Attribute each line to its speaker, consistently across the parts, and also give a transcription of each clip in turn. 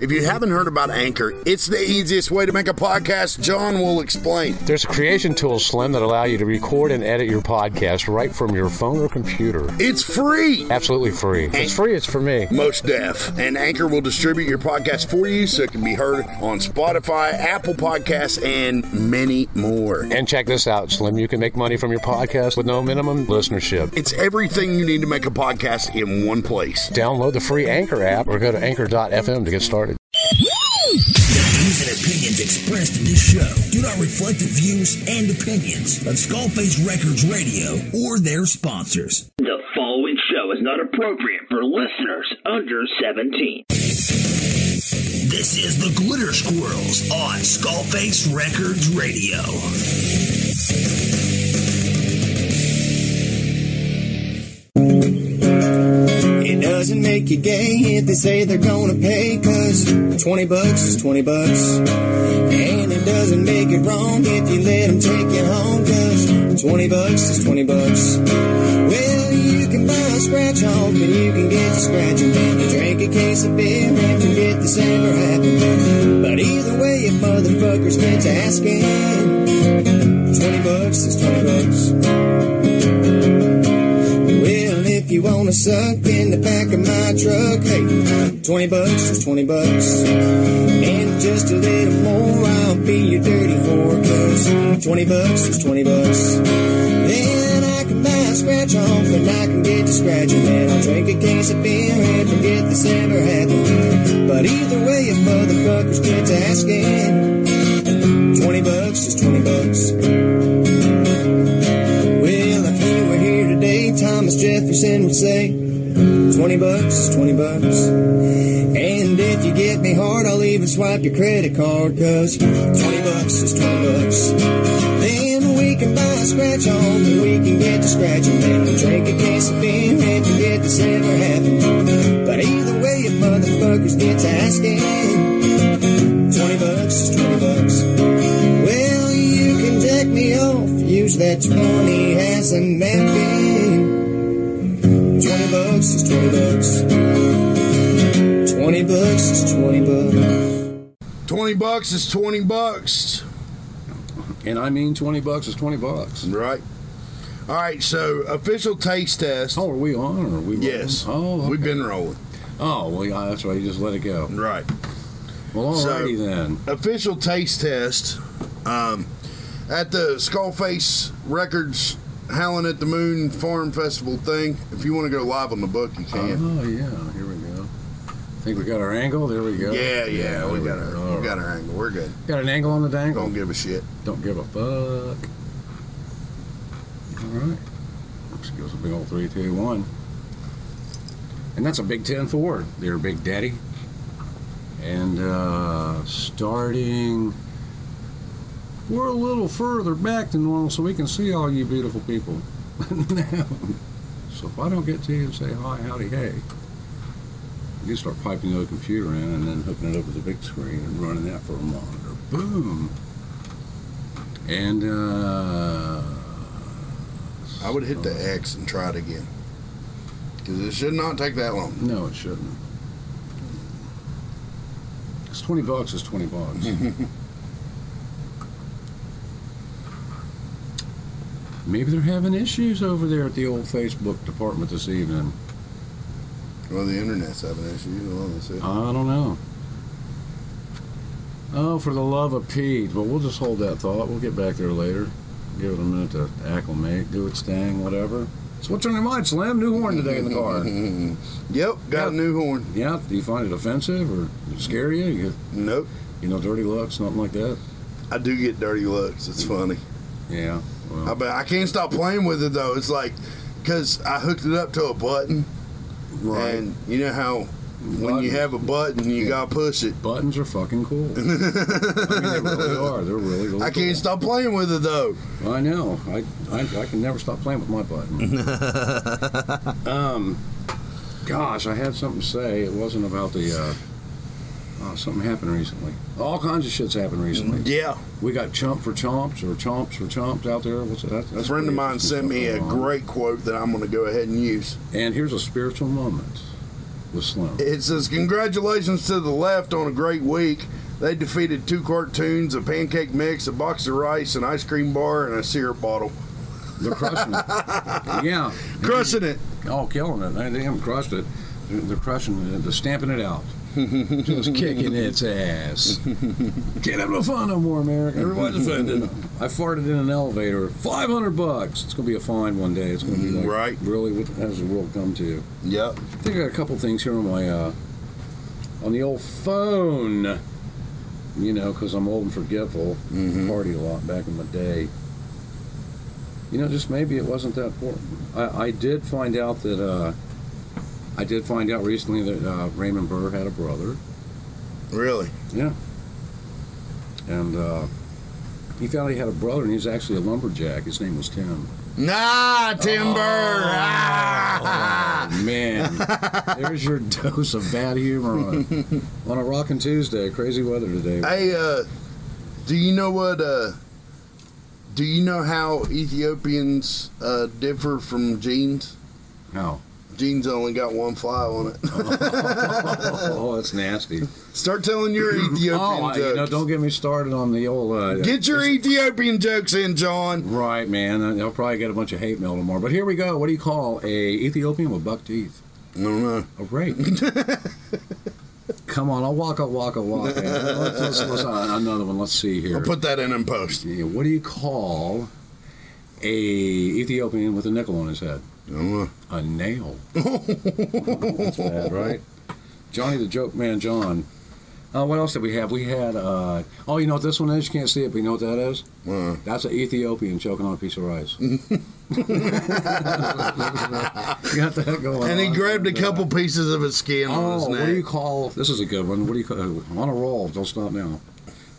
Speaker 1: If you haven't heard about Anchor, it's the easiest way to make a podcast. John will explain.
Speaker 2: There's creation tools, Slim, that allow you to record and edit your podcast right from your phone or computer.
Speaker 1: It's free.
Speaker 2: Absolutely free. If it's free, it's for me.
Speaker 1: Most deaf. And Anchor will distribute your podcast for you so it can be heard on Spotify, Apple Podcasts, and many more.
Speaker 2: And check this out, Slim. You can make money from your podcast with no minimum listenership.
Speaker 1: It's everything you need to make a podcast in one place.
Speaker 2: Download the free Anchor app or go to anchor.fm to get started.
Speaker 3: The views and opinions expressed in this show do not reflect the views and opinions of Skullface Records Radio or their sponsors.
Speaker 4: The following show is not appropriate for listeners under 17.
Speaker 3: This is the Glitter Squirrels on Skullface Records Radio.
Speaker 5: It doesn't make you gay if they say they're gonna pay, cause 20 bucks is 20 bucks. And it doesn't make it wrong if you let them take you home, cause 20 bucks is 20 bucks. Well, you can buy a scratch off and you can get your scratch and then you drink a case of beer and you get the same or happen. But either way, if motherfuckers meant to ask it, 20 bucks is 20 bucks. Well, if you wanna suck in the back of my truck, hey, 20 bucks is 20 bucks. And just a little more, I'll be your dirty whore, cause 20 bucks is 20 bucks. Then I can buy a scratch off and I can get to scratching, and I'll drink a case of beer and forget this ever happened. But either way, if motherfuckers get to asking, 20 bucks is 20 bucks. Well, if he were here today, Thomas Jefferson would say, 20 bucks is 20 bucks. And if you get me hard, I'll even swipe your credit card, cause 20 bucks is 20 bucks. Then we can buy a scratch on, and we can get to scratching, and we'll drink a case of beer and forget this ever happened. But either way, if motherfuckers get to asking, 20 bucks is 20 bucks. Well, you can jack me off. Use that 20 as a napkin. 20 bucks is 20 bucks. 20 bucks is 20 bucks.
Speaker 1: 20 bucks is 20 bucks.
Speaker 2: And I mean 20 bucks is 20 bucks.
Speaker 1: Right. All right, so official taste test.
Speaker 2: Oh, are we on or are we rolling?
Speaker 1: Yes.
Speaker 2: Oh, okay.
Speaker 1: We've been rolling.
Speaker 2: Oh, well, yeah, that's right. You just let it go.
Speaker 1: Right.
Speaker 2: Well,
Speaker 1: So-
Speaker 2: alrighty then.
Speaker 1: official taste test um, at the Skullface Records Howling at the Moon Farm Festival thing. If you want to go live on the book, you can.
Speaker 2: Oh, yeah. Here we go. think we got our angle. There we go.
Speaker 1: Yeah, yeah, we got our
Speaker 2: All
Speaker 1: we got our angle. We're good.
Speaker 2: Got an angle on the dangle.
Speaker 1: Don't give a shit.
Speaker 2: Don't give a fuck. All right. Just give us a big old three, two, one. And that's a Big Ten forward there, Big Daddy. And uh, starting, we're a little further back than normal, so we can see all you beautiful people. now, so if I don't get to you and say hi, howdy, hey, you start piping the other computer in and then hooking it up to the big screen and running that for a monitor. Boom. And uh,
Speaker 1: I would hit the X and try it again because it should not take that long.
Speaker 2: no, it shouldn't. It's twenty bucks. It's twenty bucks. Maybe they're having issues over there at the old Facebook department this evening.
Speaker 1: Well, the internet's having issues. Well, that's it.
Speaker 2: I don't know. Oh, for the love of Pete! But we'll just hold that thought. We'll get back there later. Give it a minute to acclimate, do its thing, whatever. So what's on your mind, Slim? New horn today in the car.
Speaker 1: Yep, got a new horn.
Speaker 2: Yeah, do you find it offensive or does it scare you? You,
Speaker 1: Nope,
Speaker 2: you know, dirty looks, nothing like that?
Speaker 1: I do get dirty looks. It's funny.
Speaker 2: Yeah.
Speaker 1: I bet I can't stop playing with it though. It's like because I hooked it up to a button. And you know how when you
Speaker 2: Button.
Speaker 1: have a button, you gotta push it.
Speaker 2: Buttons are fucking cool. I mean, they really are. They're really, really
Speaker 1: I can't stop playing with it though.
Speaker 2: cool. I know. I, I, I can never stop playing with my button. um, gosh, I had something to say. It wasn't about the. Uh, oh, something happened recently. All kinds of shit's happened recently.
Speaker 1: Yeah,
Speaker 2: We got chump for chomps or chomps for chomps out there. What's that? That's
Speaker 1: a friend of
Speaker 2: pretty
Speaker 1: mine
Speaker 2: interesting
Speaker 1: sent me
Speaker 2: stuff
Speaker 1: a
Speaker 2: going on.
Speaker 1: great quote that I'm gonna go ahead and use.
Speaker 2: And here's a spiritual moment. was Slim.
Speaker 1: It says, Congratulations to the left on a great week. They defeated two cartoons, a pancake mix, a box of rice, an ice cream bar, and a syrup bottle.
Speaker 2: They're crushing it. yeah.
Speaker 1: Crushing it.
Speaker 2: Oh, killing it. They haven't crushed it. They're- They're crushing it. They're stamping it out. Just kicking its ass. Can't have no fun no more, America.
Speaker 1: Everybody's offended.
Speaker 2: I farted in an elevator. 500 bucks. It's going to be a fine one day. It's going to be
Speaker 1: Mhm,
Speaker 2: like,
Speaker 1: right.
Speaker 2: really, what has the world come to?
Speaker 1: Yep.
Speaker 2: I think I got a couple things here on my, uh, on the old phone. You know, because I'm old and forgetful.
Speaker 1: Mhm.
Speaker 2: Party a lot back in my day. You know, just maybe it wasn't that important. I, I did find out that, uh, I did find out recently that uh, Raymond Burr had a brother.
Speaker 1: Really?
Speaker 2: And uh, he found he had a brother, and he was actually a lumberjack. His name was Tim.
Speaker 1: Nah, Timber. Ah.
Speaker 2: Oh, man, there's your dose of bad humor on a, on a Rockin' Tuesday. Crazy weather today.
Speaker 1: Hey, uh, do you know what? Uh, do you know how Ethiopians uh, differ from jeans?
Speaker 2: No.
Speaker 1: Jeans only got one fly on it.
Speaker 2: Oh, that's nasty.
Speaker 1: Start telling your Ethiopian
Speaker 2: Oh, I-
Speaker 1: jokes.
Speaker 2: you know, don't get me started on the old. Uh,
Speaker 1: Get your Ethiopian jokes in, John.
Speaker 2: right, man. I- I'll probably get a bunch of hate mail tomorrow. But here we go. What do you call a Ethiopian with buck teeth?
Speaker 1: I don't know.
Speaker 2: A rape. Come on, I'll walk, I'll walk, I'll walk. man. Let's, let's, let's, uh, another one. Let's see here.
Speaker 1: I'll put that in in post.
Speaker 2: Yeah, what do you call a Ethiopian with a nickel on his head?
Speaker 1: I don't know.
Speaker 2: A nail. That's bad, right? Johnny the Joke Man, John. Uh, what else did we have? We had, uh, oh, you know what this one is? You can't see it, but you know what that is?
Speaker 1: Uh,
Speaker 2: That's an Ethiopian choking on a piece of rice. you got that going
Speaker 1: and he
Speaker 2: on.
Speaker 1: grabbed a couple pieces of his skin on
Speaker 2: Oh,
Speaker 1: his neck.
Speaker 2: what do you call? This is a good one. What do you call? On a roll. Don't stop now.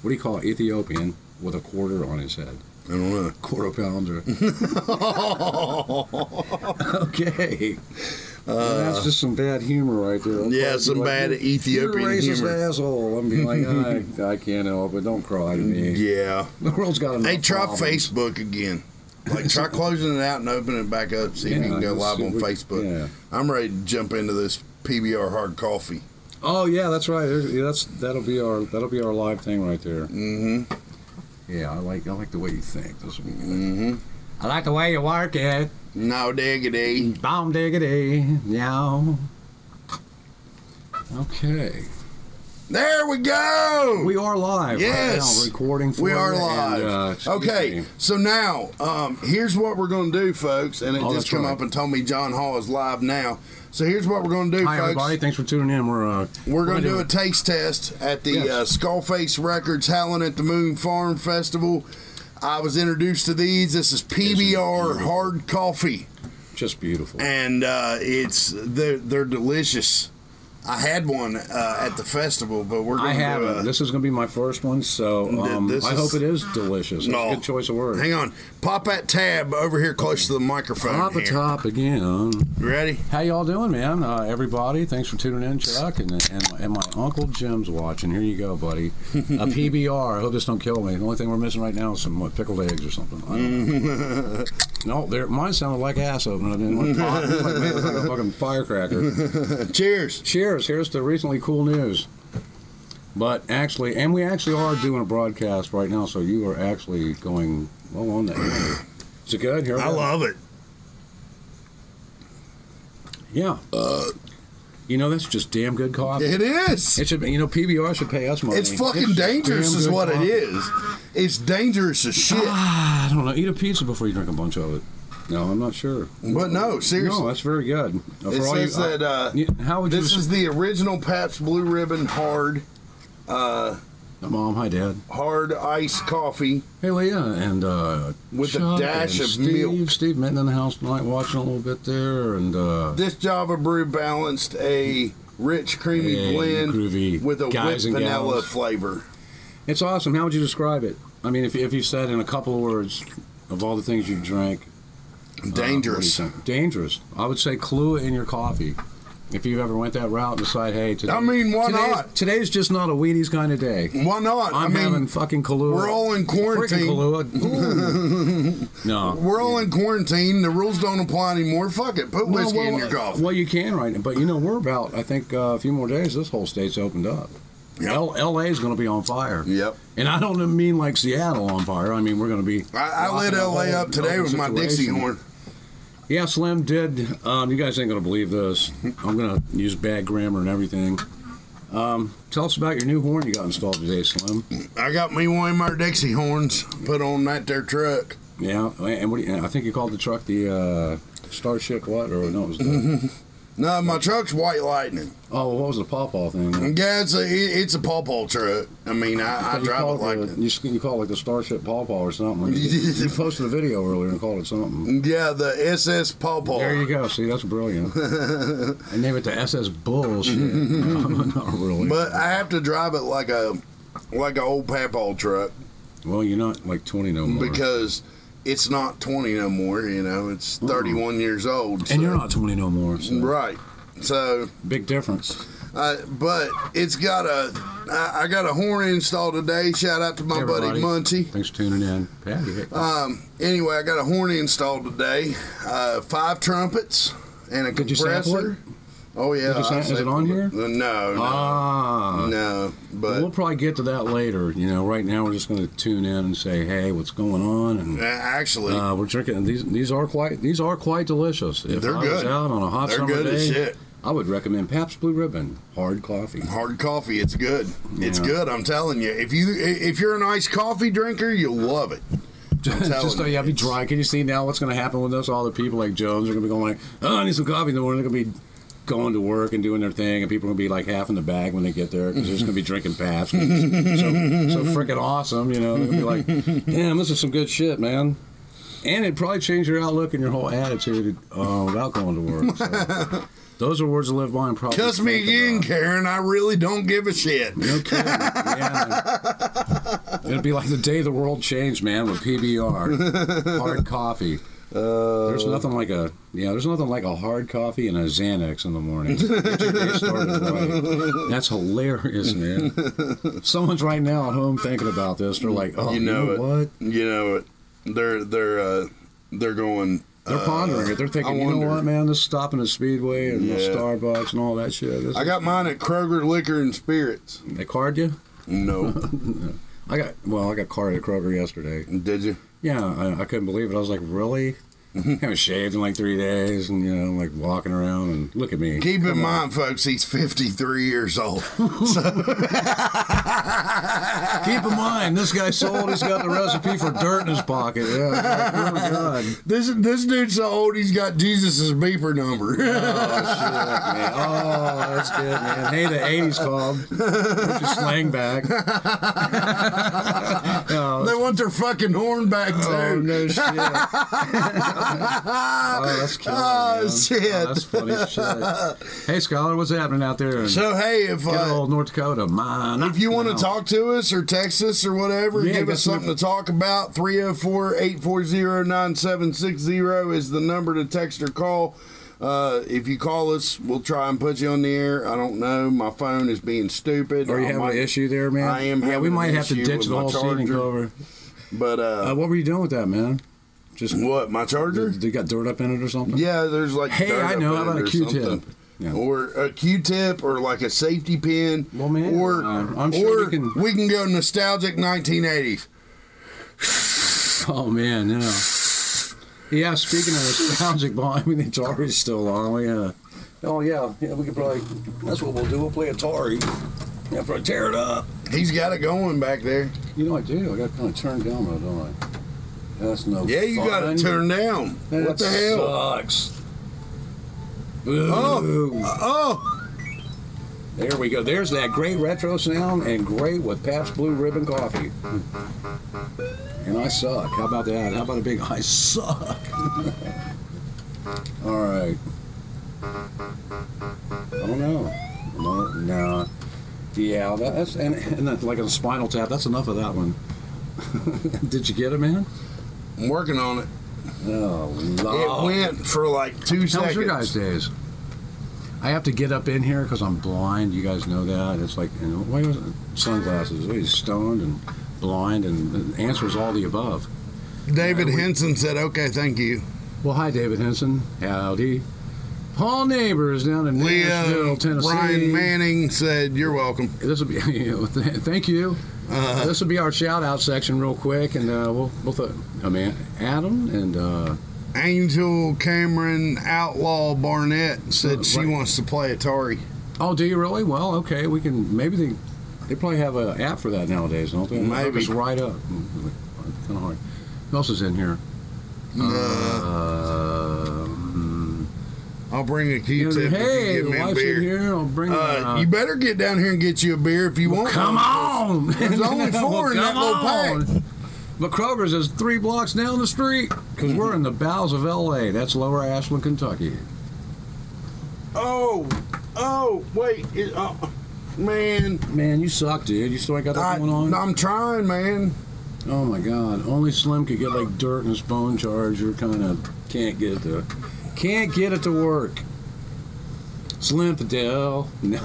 Speaker 2: What do you call an Ethiopian with a quarter on his head?
Speaker 1: I don't know.
Speaker 2: Quarter pounder.
Speaker 1: Oh,
Speaker 2: okay. that's just some bad humor right there. I'd
Speaker 1: Yeah,
Speaker 2: probably be
Speaker 1: some bad
Speaker 2: "You're-
Speaker 1: Ethiopian
Speaker 2: you're a racist
Speaker 1: humor."
Speaker 2: asshole. I'm be like, I, I can't help it. Don't cry to me.
Speaker 1: Yeah.
Speaker 2: The world's got enough
Speaker 1: Mm-hmm. Hey, try
Speaker 2: problems.
Speaker 1: Facebook again. Like, try closing it out and opening it back up. See if you can go
Speaker 2: Yeah,
Speaker 1: live
Speaker 2: see
Speaker 1: on
Speaker 2: what-
Speaker 1: Facebook.
Speaker 2: Yeah.
Speaker 1: I'm ready to jump into this PBR hard coffee.
Speaker 2: Oh yeah, that's right. There's- yeah, That's that'll be our that'll be our live thing right there.
Speaker 1: Mm-hmm.
Speaker 2: Yeah, I like I like the way you think. This will be good.
Speaker 1: Mm-hmm.
Speaker 2: I like the way you work it.
Speaker 1: No diggity.
Speaker 2: Bomb diggity. Meow. Okay.
Speaker 1: There we go.
Speaker 2: We are live.
Speaker 1: Yes.
Speaker 2: Right now, recording for
Speaker 1: We are
Speaker 2: you,
Speaker 1: live.
Speaker 2: and, uh, excuse
Speaker 1: okay,
Speaker 2: me.
Speaker 1: so now um, here's what we're going to do, folks. And it
Speaker 2: Oh,
Speaker 1: just
Speaker 2: that's
Speaker 1: come
Speaker 2: right.
Speaker 1: up and told me John Hall is live now. So here's what we're going to do,
Speaker 2: Hi,
Speaker 1: folks.
Speaker 2: everybody. Thanks for tuning in. We're, uh,
Speaker 1: We're going to do
Speaker 2: gonna
Speaker 1: a taste test at the
Speaker 2: Yes.
Speaker 1: uh, Skullface Records Howlin' at the Moon Farm Festival. I was introduced to these. This is PBR Hard Coffee,
Speaker 2: Just beautiful.
Speaker 1: and uh, it's they're they're delicious. I had one uh, at the festival, but we're
Speaker 2: I
Speaker 1: going to do
Speaker 2: haven't.
Speaker 1: a,
Speaker 2: This is going to be my first one, so
Speaker 1: Th-
Speaker 2: um,
Speaker 1: this
Speaker 2: I
Speaker 1: is-
Speaker 2: hope it is delicious. It's
Speaker 1: No.
Speaker 2: a good choice of words.
Speaker 1: Hang on, pop that tab over here close to the microphone.
Speaker 2: Top of
Speaker 1: here.
Speaker 2: top again.
Speaker 1: You Ready?
Speaker 2: How y'all doing, man? Uh, everybody, thanks for tuning in, Chuck, and, and, and my uncle Jim's watching. Here you go, buddy. A PBR. I hope this don't kill me. The only thing we're missing right now is some what, pickled eggs or something. I don't know. no, there. Mine sounded like ass opening. I didn't want to pop. It was like, man, it was like a fucking firecracker.
Speaker 1: Cheers.
Speaker 2: Cheers. Here's the recently cool news. But actually, and we actually are doing a broadcast right now, so you are actually going well on that. Is it good? Here we
Speaker 1: I
Speaker 2: go.
Speaker 1: love it.
Speaker 2: Yeah. you know, that's just damn good coffee.
Speaker 1: It is.
Speaker 2: It should, be- you know, PBR should pay us money.
Speaker 1: It's fucking
Speaker 2: just
Speaker 1: dangerous,
Speaker 2: damn
Speaker 1: is
Speaker 2: good
Speaker 1: what it
Speaker 2: coffee.
Speaker 1: is. It's dangerous as shit.
Speaker 2: Ah, I don't know. Eat a pizza before you drink a bunch of it. No, I'm not sure.
Speaker 1: But no, seriously.
Speaker 2: No, that's very good. Uh,
Speaker 1: It
Speaker 2: all
Speaker 1: says
Speaker 2: you-
Speaker 1: that uh,
Speaker 2: you- how would
Speaker 1: this
Speaker 2: you?
Speaker 1: is the original Pabst Blue Ribbon hard uh,
Speaker 2: Mom, hi, Dad.
Speaker 1: hard iced coffee.
Speaker 2: Hey, Leah, and uh,
Speaker 1: With a
Speaker 2: Chuck
Speaker 1: dash
Speaker 2: and
Speaker 1: of
Speaker 2: Steve.
Speaker 1: milk.
Speaker 2: Steve Minton in the house tonight, watching a little bit there, and uh,
Speaker 1: This Java brew balanced a rich creamy
Speaker 2: Hey,
Speaker 1: blend
Speaker 2: groovy
Speaker 1: with a whipped
Speaker 2: guys and
Speaker 1: vanilla
Speaker 2: gals.
Speaker 1: flavor.
Speaker 2: it's awesome. How would you describe it? I mean, if if you said in a couple of words of all the things you drank, uh, what do you
Speaker 1: Dangerous.
Speaker 2: think? dangerous. I would say Kahlua in your coffee. If you ever went that route and decide, hey, today,
Speaker 1: I mean, why
Speaker 2: today-
Speaker 1: not?
Speaker 2: Today's just not a Wheaties kind of day.
Speaker 1: Why not? I
Speaker 2: I'm
Speaker 1: mean,
Speaker 2: having fucking Kahlua.
Speaker 1: we're all in quarantine.
Speaker 2: Freaking Kahlua. Ooh. no.
Speaker 1: We're all in quarantine. The rules don't apply anymore. Fuck it. Put whiskey
Speaker 2: well, uh,
Speaker 1: in your coffee.
Speaker 2: Well, you can right now, but you know we're about. I think uh, a few more days. This whole state's opened up.
Speaker 1: Yep.
Speaker 2: L- L.A. is going to be on fire.
Speaker 1: Yep.
Speaker 2: And I don't mean like Seattle on fire. I mean we're going to be.
Speaker 1: I, I lit
Speaker 2: rocking a
Speaker 1: LA
Speaker 2: whole
Speaker 1: up today
Speaker 2: open
Speaker 1: with my Dixie
Speaker 2: situation.
Speaker 1: horn.
Speaker 2: Yeah, Slim did. Um, you guys ain't gonna believe this. I'm gonna use bad grammar and everything. Um, tell us about your new horn you got installed today, Slim.
Speaker 1: I got me one of my Dixie horns put on that there truck.
Speaker 2: Yeah, and what? Do you, I think you called the truck the uh, Starship what? Or no, it was
Speaker 1: Mm-hmm.
Speaker 2: the,
Speaker 1: No, my truck's White Lightning.
Speaker 2: oh, what was the pawpaw thing?
Speaker 1: Yeah, it's a it, it's a pawpaw truck. I mean, I, I
Speaker 2: You
Speaker 1: drive
Speaker 2: called
Speaker 1: it like
Speaker 2: the-
Speaker 1: that.
Speaker 2: you, s- you call it like the Starship pawpaw or something. you posted a video earlier and called it something.
Speaker 1: Yeah, the SS pawpaw.
Speaker 2: There you go. See, that's brilliant. I named it the SS bullshit. No, not really.
Speaker 1: But I have to drive it like a like a old papaw truck
Speaker 2: well, you're not like 20 no more.
Speaker 1: because it's not twenty no more. You know, it's thirty one years old. so-
Speaker 2: and you're not 20 no more. So.
Speaker 1: right. So,
Speaker 2: Big difference.
Speaker 1: uh, but it's got a I, I got a horn installed today. Shout out to my
Speaker 2: Hey,
Speaker 1: buddy
Speaker 2: everybody.
Speaker 1: Munchie.
Speaker 2: Thanks for tuning in. Patty, hey,
Speaker 1: Um, anyway, I got a horn installed today. Uh, five trumpets and a
Speaker 2: Did you sample
Speaker 1: compressor.
Speaker 2: it?
Speaker 1: Oh yeah.
Speaker 2: Did you sa-
Speaker 1: I
Speaker 2: is it
Speaker 1: sampled
Speaker 2: on here?
Speaker 1: No, no,
Speaker 2: ah.
Speaker 1: no. But
Speaker 2: we'll probably get to that later. You know, right now we're just going to tune in and say, "Hey, what's going
Speaker 1: uh,
Speaker 2: on?" And
Speaker 1: actually,
Speaker 2: uh, we're drinking. and These these are quite these are quite delicious. If
Speaker 1: They're
Speaker 2: I was
Speaker 1: good.
Speaker 2: out on a hot
Speaker 1: they're
Speaker 2: summer
Speaker 1: good
Speaker 2: day,
Speaker 1: as shit.
Speaker 2: I would recommend Pabst Blue Ribbon hard coffee.
Speaker 1: Hard coffee, it's good. It's
Speaker 2: Yeah.
Speaker 1: good. I'm telling you. If you if you're an iced coffee drinker, you'll love it.
Speaker 2: just
Speaker 1: telling
Speaker 2: you have to
Speaker 1: you,
Speaker 2: be
Speaker 1: it's-
Speaker 2: dry. Can you see now what's going to happen with us? All the people like Jones are going to be going like, "Oh, I need some coffee in the morning." They're going to be going to work and doing their thing, and people are going to be like half in the bag when they get there because they're just going to be drinking Pabst. which is so so freaking awesome, you know? They're going to be like, "Damn, this is some good shit, man." And it probably changed your outlook and your whole attitude uh, without going to work. so. Those are words to live by and probably.
Speaker 1: Cuss me
Speaker 2: think
Speaker 1: again,
Speaker 2: about.
Speaker 1: Karen. I really don't give a shit.
Speaker 2: No kidding. Yeah. It'd be like the day the world changed, man, with PBR, hard coffee. there's
Speaker 1: Uh,
Speaker 2: nothing like a yeah. There's nothing like a hard coffee and a Xanax in the morning. Get your day started right. That's hilarious, man. Someone's right now at home thinking about this. They're like, oh,
Speaker 1: You know it.
Speaker 2: what?
Speaker 1: You know it. They're they're uh, they're going.
Speaker 2: They're
Speaker 1: uh,
Speaker 2: pondering it. They're
Speaker 1: I
Speaker 2: thinking, you know
Speaker 1: wonder.
Speaker 2: what, man? This stopping at Speedway and the
Speaker 1: Yeah.
Speaker 2: Starbucks and all that shit. This
Speaker 1: I got mine at Kroger Liquor and Spirits.
Speaker 2: they card you.
Speaker 1: No.
Speaker 2: I got well, I got carded at Kroger yesterday.
Speaker 1: Did you?
Speaker 2: Yeah, I, I couldn't believe it. I was like, really? I haven't shaved in like three days, and you know, I'm like walking around and look at me.
Speaker 1: Keep in mind, folks, he's 53 years old.
Speaker 2: Keep in mind, this guy sold. He's got the recipe for dirt in his pocket. Yeah, like, oh my god.
Speaker 1: this this dude's so old he's got Jesus' beeper number.
Speaker 2: Oh, man. Oh, that's good, man. Hey, the '80s called. Put your slang back. Oh,
Speaker 1: they want their fucking horn back too.
Speaker 2: Oh no shit! oh, that's killer,
Speaker 1: Oh,
Speaker 2: man.
Speaker 1: Ah. shit.
Speaker 2: Oh, that's funny as shit. Hey, scholar, what's happening out there? in
Speaker 1: So hey, if
Speaker 2: good
Speaker 1: uh,
Speaker 2: old North Dakota, man.
Speaker 1: if you want to
Speaker 2: No.
Speaker 1: talk to us or text us or whatever,
Speaker 2: Yeah,
Speaker 1: give
Speaker 2: got
Speaker 1: us
Speaker 2: some
Speaker 1: something to talk about. 304-840-9760 is the number to text or call. Uh, if you call us, we'll try and put you on the air. I don't know. My phone is being stupid.
Speaker 2: Are you
Speaker 1: I
Speaker 2: having
Speaker 1: might-
Speaker 2: an issue there, man?
Speaker 1: I am
Speaker 2: Yeah, we
Speaker 1: having
Speaker 2: might
Speaker 1: an
Speaker 2: have to
Speaker 1: issue
Speaker 2: ditch
Speaker 1: with
Speaker 2: the
Speaker 1: my
Speaker 2: whole scene and
Speaker 1: charger.
Speaker 2: go over.
Speaker 1: But
Speaker 2: Uh,
Speaker 1: uh,
Speaker 2: what were you doing with that, man? Just
Speaker 1: what? My charger?
Speaker 2: They got dirt up in it or something?
Speaker 1: Yeah, there's like
Speaker 2: Hey,
Speaker 1: dirt
Speaker 2: I
Speaker 1: up
Speaker 2: know.
Speaker 1: in
Speaker 2: How
Speaker 1: it
Speaker 2: about a
Speaker 1: or
Speaker 2: Q-tip?
Speaker 1: something.
Speaker 2: Yeah.
Speaker 1: Or a Q-tip, or like a safety pin,
Speaker 2: Well, man,
Speaker 1: or
Speaker 2: uh,
Speaker 1: or
Speaker 2: I'm sure
Speaker 1: we
Speaker 2: we
Speaker 1: can
Speaker 2: can-
Speaker 1: go nostalgic 1980s.
Speaker 2: Oh man, yeah. Yeah. Speaking of nostalgic, well, I mean the Atari's still on. We, uh, oh yeah, yeah. We could probably. That's what we'll do. We'll play Atari. Yeah, probably tear it up.
Speaker 1: He's got it going back there.
Speaker 2: You know I do. I got kind of turned down, though, don't I? That's no.
Speaker 1: Yeah, you got
Speaker 2: fun.
Speaker 1: it turned down.
Speaker 2: That
Speaker 1: what the hell?
Speaker 2: Sucks. Ooh.
Speaker 1: Oh,
Speaker 2: There we go. There's that great retro sound and great with Pabst Blue Ribbon Coffee. And I suck. How about that? How about a big I suck? All right. Oh no. No. no. Yeah, that's and, and that's like a spinal tap. That's enough of that one. Did you get it, man?
Speaker 1: I'm working on it.
Speaker 2: Oh,
Speaker 1: It
Speaker 2: Lord. Oh.
Speaker 1: went for like two
Speaker 2: How
Speaker 1: seconds.
Speaker 2: was your guys' days? I have to get up in here because I'm blind. You guys know that. It's like, and why was it? sunglasses? He's stoned and blind, and the answer is all the above.
Speaker 1: David Henson said, okay, thank you.
Speaker 2: Well, hi, David Henson. Howdy. Paul Neighbors down in
Speaker 1: Leah
Speaker 2: Nashville, Tennessee.
Speaker 1: Ryan Manning said, you're welcome.
Speaker 2: This will be. You know, th- thank you.
Speaker 1: Uh-huh.
Speaker 2: this will be our shout out section real quick, and uh, we'll we'll. Th- I mean, Adam and uh,
Speaker 1: Angel Cameron Outlaw Barnett said
Speaker 2: Uh,
Speaker 1: she
Speaker 2: right.
Speaker 1: wants to play Atari.
Speaker 2: oh, do you really? Well, okay, we can maybe they they probably have an app for that nowadays, don't they?
Speaker 1: Maybe.
Speaker 2: It's right up. Kind of hard. Who else is in here?
Speaker 1: Uh,
Speaker 2: Um,
Speaker 1: I'll bring a
Speaker 2: you know,
Speaker 1: Q-tip if
Speaker 2: hey,
Speaker 1: Uh, you get
Speaker 2: the
Speaker 1: me a
Speaker 2: wife's in
Speaker 1: beer.
Speaker 2: here. I'll bring.
Speaker 1: Uh,
Speaker 2: uh,
Speaker 1: you better get down here and get you a beer if you want.
Speaker 2: Come
Speaker 1: one.
Speaker 2: on!
Speaker 1: There's only four in that little
Speaker 2: pack. But Kroger's is three blocks down the street because we're in the bowels of L.A. That's Lower Ashland, Kentucky.
Speaker 1: Oh, oh, wait, it, uh, man.
Speaker 2: Man, you suck, dude. You still ain't got that
Speaker 1: I,
Speaker 2: going on?
Speaker 1: I'm trying, man.
Speaker 2: Oh my God! Only Slim could get like dirt in his bone charger. Kind of can't get it to, can't get it to work. Slim Fidel. No.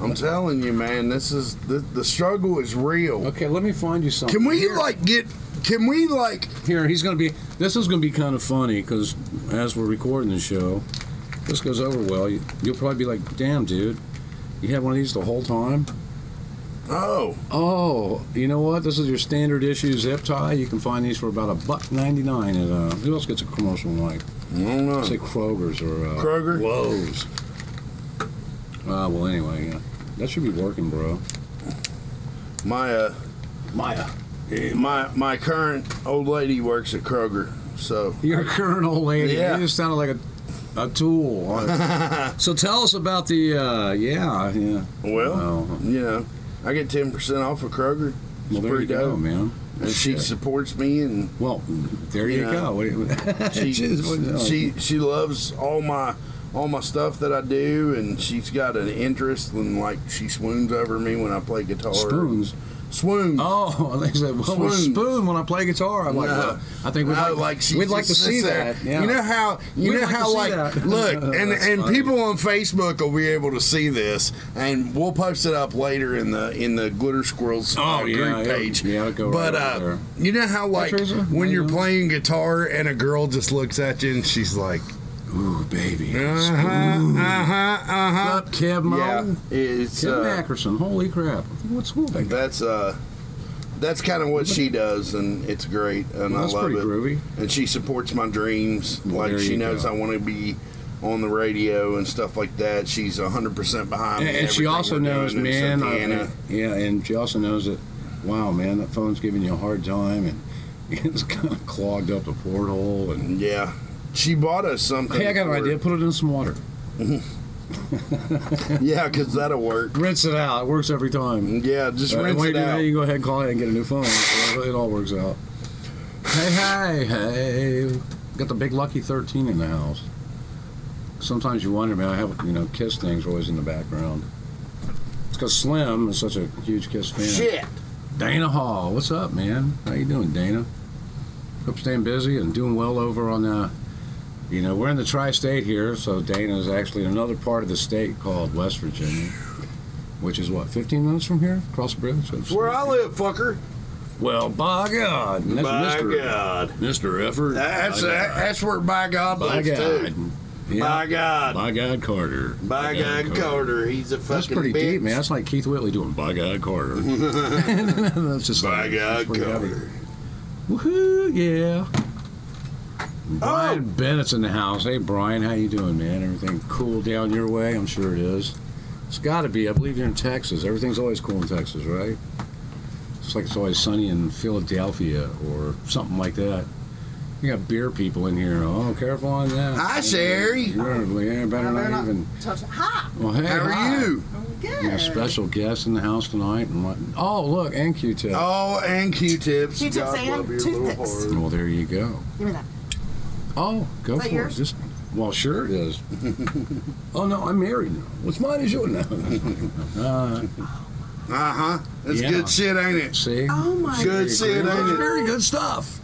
Speaker 1: I'm telling you, man. This is the the struggle is real.
Speaker 2: Okay, let me find you something.
Speaker 1: Can we
Speaker 2: Here.
Speaker 1: like get? Can we like?
Speaker 2: Here, he's going to be. This is going to be kind of funny because as we're recording the show, if this goes over well. You, you'll probably be like, "Damn, dude, you had one of these the whole time."
Speaker 1: Oh,
Speaker 2: Oh, you know what? This is your standard issue zip tie. You can find these for about a buck ninety nine. At uh, who else gets a commercial one like
Speaker 1: I don't know.
Speaker 2: say Kroger's or uh,
Speaker 1: Kroger?
Speaker 2: Lowe's? Uh, well, anyway, yeah, that should be working, bro.
Speaker 1: My uh,
Speaker 2: Maya,
Speaker 1: my my current old lady works at Kroger, so
Speaker 2: Your current old lady.
Speaker 1: Yeah.
Speaker 2: You just sounded like a, a tool. so tell us about the, uh, yeah, yeah. Oh,
Speaker 1: well,
Speaker 2: Well,
Speaker 1: you know, I get ten percent off of Kroger. It's
Speaker 2: well, there
Speaker 1: pretty
Speaker 2: you go,
Speaker 1: dope.
Speaker 2: man.
Speaker 1: And she
Speaker 2: Shit.
Speaker 1: supports me, and
Speaker 2: well, there you
Speaker 1: Yeah.
Speaker 2: go. What do you-
Speaker 1: she
Speaker 2: Just- what-
Speaker 1: she she loves all my all my stuff that I do, and she's got an interest in like she swoons over me when I play guitar.
Speaker 2: spoons.
Speaker 1: swoons.
Speaker 2: Oh, they said, well, we're
Speaker 1: Spoons.
Speaker 2: spoon when I play guitar. I'm like,
Speaker 1: No.
Speaker 2: well, I think we'd
Speaker 1: No,
Speaker 2: like,
Speaker 1: like she
Speaker 2: we'd like to
Speaker 1: just
Speaker 2: see
Speaker 1: sits there.
Speaker 2: that. Yeah.
Speaker 1: You know how you
Speaker 2: We'd
Speaker 1: know
Speaker 2: like to
Speaker 1: how
Speaker 2: see
Speaker 1: like
Speaker 2: that. Oh,
Speaker 1: look and
Speaker 2: That's
Speaker 1: and
Speaker 2: funny.
Speaker 1: people on Facebook will be able to see this, and we'll post it up later in the in the Glitter Squirrels uh,
Speaker 2: Oh, yeah,
Speaker 1: group
Speaker 2: yeah.
Speaker 1: page.
Speaker 2: Yeah, it'll go
Speaker 1: but
Speaker 2: right
Speaker 1: uh,
Speaker 2: over
Speaker 1: you know how like
Speaker 2: Teresa?
Speaker 1: when
Speaker 2: Yeah,
Speaker 1: you're
Speaker 2: yeah.
Speaker 1: playing guitar and a girl just looks at you and she's like,
Speaker 2: Ooh, baby.
Speaker 1: uh huh, uh huh, uh huh.
Speaker 2: Up, Kev Mo.
Speaker 1: Yeah, it's
Speaker 2: Tim
Speaker 1: uh,
Speaker 2: Ackerson. Holy crap. What's cool back there?
Speaker 1: that's uh. That's kind of what she does, and it's great, and
Speaker 2: Well,
Speaker 1: I
Speaker 2: that's
Speaker 1: love
Speaker 2: pretty
Speaker 1: it.
Speaker 2: groovy.
Speaker 1: and she supports my dreams.
Speaker 2: Well,
Speaker 1: like
Speaker 2: there
Speaker 1: she
Speaker 2: you
Speaker 1: knows
Speaker 2: go.
Speaker 1: I want to be on the radio and stuff like that. She's hundred percent behind me.
Speaker 2: and,
Speaker 1: in
Speaker 2: and she
Speaker 1: everything
Speaker 2: also
Speaker 1: we're
Speaker 2: knows,
Speaker 1: doing
Speaker 2: man. uh,
Speaker 1: in
Speaker 2: I-
Speaker 1: Savannah.
Speaker 2: yeah, and she also knows that. Wow, man, that phone's giving you a hard time, and it's kind of clogged up the porthole. And
Speaker 1: yeah, she bought us something.
Speaker 2: hey, I got an
Speaker 1: for-
Speaker 2: idea. Put it in some water.
Speaker 1: Yeah, because that'll work.
Speaker 2: Rinse it out. It works every time.
Speaker 1: Yeah, just
Speaker 2: Uh,
Speaker 1: rinse
Speaker 2: when you
Speaker 1: it
Speaker 2: do that,
Speaker 1: out.
Speaker 2: you go ahead and call it and get a new phone. So it all works out. Hey, hey, hey! Got the big lucky thirteen in the house. Sometimes you wonder, man. I have you know, Kiss things are always in the background. It's because Slim is such a huge Kiss fan.
Speaker 1: Shit.
Speaker 2: Dana Hall, what's up, man? How you doing, Dana? Hope staying busy and doing well over on uh you know, we're in the tri-state here, so Dana is actually in another part of the state called West Virginia, which is what, 15 minutes from here, across the bridge. So it's-
Speaker 1: Where I live, fucker.
Speaker 2: well, by God, and that's
Speaker 1: By
Speaker 2: Mr.
Speaker 1: God.
Speaker 2: Mr. Effort.
Speaker 1: That's
Speaker 2: by God.
Speaker 1: that's where by God
Speaker 2: by
Speaker 1: lives
Speaker 2: God.
Speaker 1: too.
Speaker 2: Yeah.
Speaker 1: By God.
Speaker 2: By God Carter.
Speaker 1: By God, Carter. He's a fucking
Speaker 2: That's pretty
Speaker 1: bitch.
Speaker 2: deep, man. That's like Keith Whitley doing "By God Carter." That's just
Speaker 1: By
Speaker 2: like,
Speaker 1: God,
Speaker 2: that's pretty heavy.
Speaker 1: Carter.
Speaker 2: Woohoo! Yeah.
Speaker 1: Oh.
Speaker 2: Brian Bennett's in the house. Hey, Brian, how you doing, man? Everything cool down your way? I'm sure it is. It's got to be. I believe you're in Texas. Everything's always cool in Texas, right? It's like it's always sunny in Philadelphia or something like that. You got beer people in here. Oh, careful on that.
Speaker 1: Hi, Sherry.
Speaker 2: You're, yeah, better
Speaker 6: Better
Speaker 2: not
Speaker 6: not
Speaker 2: even.
Speaker 6: touch it. Hi,
Speaker 2: Well, hey,
Speaker 1: How
Speaker 2: hi.
Speaker 1: are you?
Speaker 6: I'm
Speaker 2: We
Speaker 6: good.
Speaker 2: have special guests in the house tonight, and what? Oh, look, and Q-tip.
Speaker 1: Oh, and Q-tips.
Speaker 6: Q-tips
Speaker 1: God
Speaker 6: and
Speaker 1: love your little
Speaker 6: toothpicks.
Speaker 1: heart.
Speaker 2: Well, there you go.
Speaker 6: Give me that.
Speaker 2: Oh, go
Speaker 6: Is that
Speaker 2: for
Speaker 6: yours?
Speaker 2: it. Just, well, sure it is. oh no, I'm married now. What's mine is yours now. uh,
Speaker 1: Uh huh. That's
Speaker 2: Yeah.
Speaker 1: good shit, ain't it?
Speaker 2: see,
Speaker 6: Oh my.
Speaker 1: Good shit,
Speaker 2: That's
Speaker 1: ain't it?
Speaker 2: very good stuff.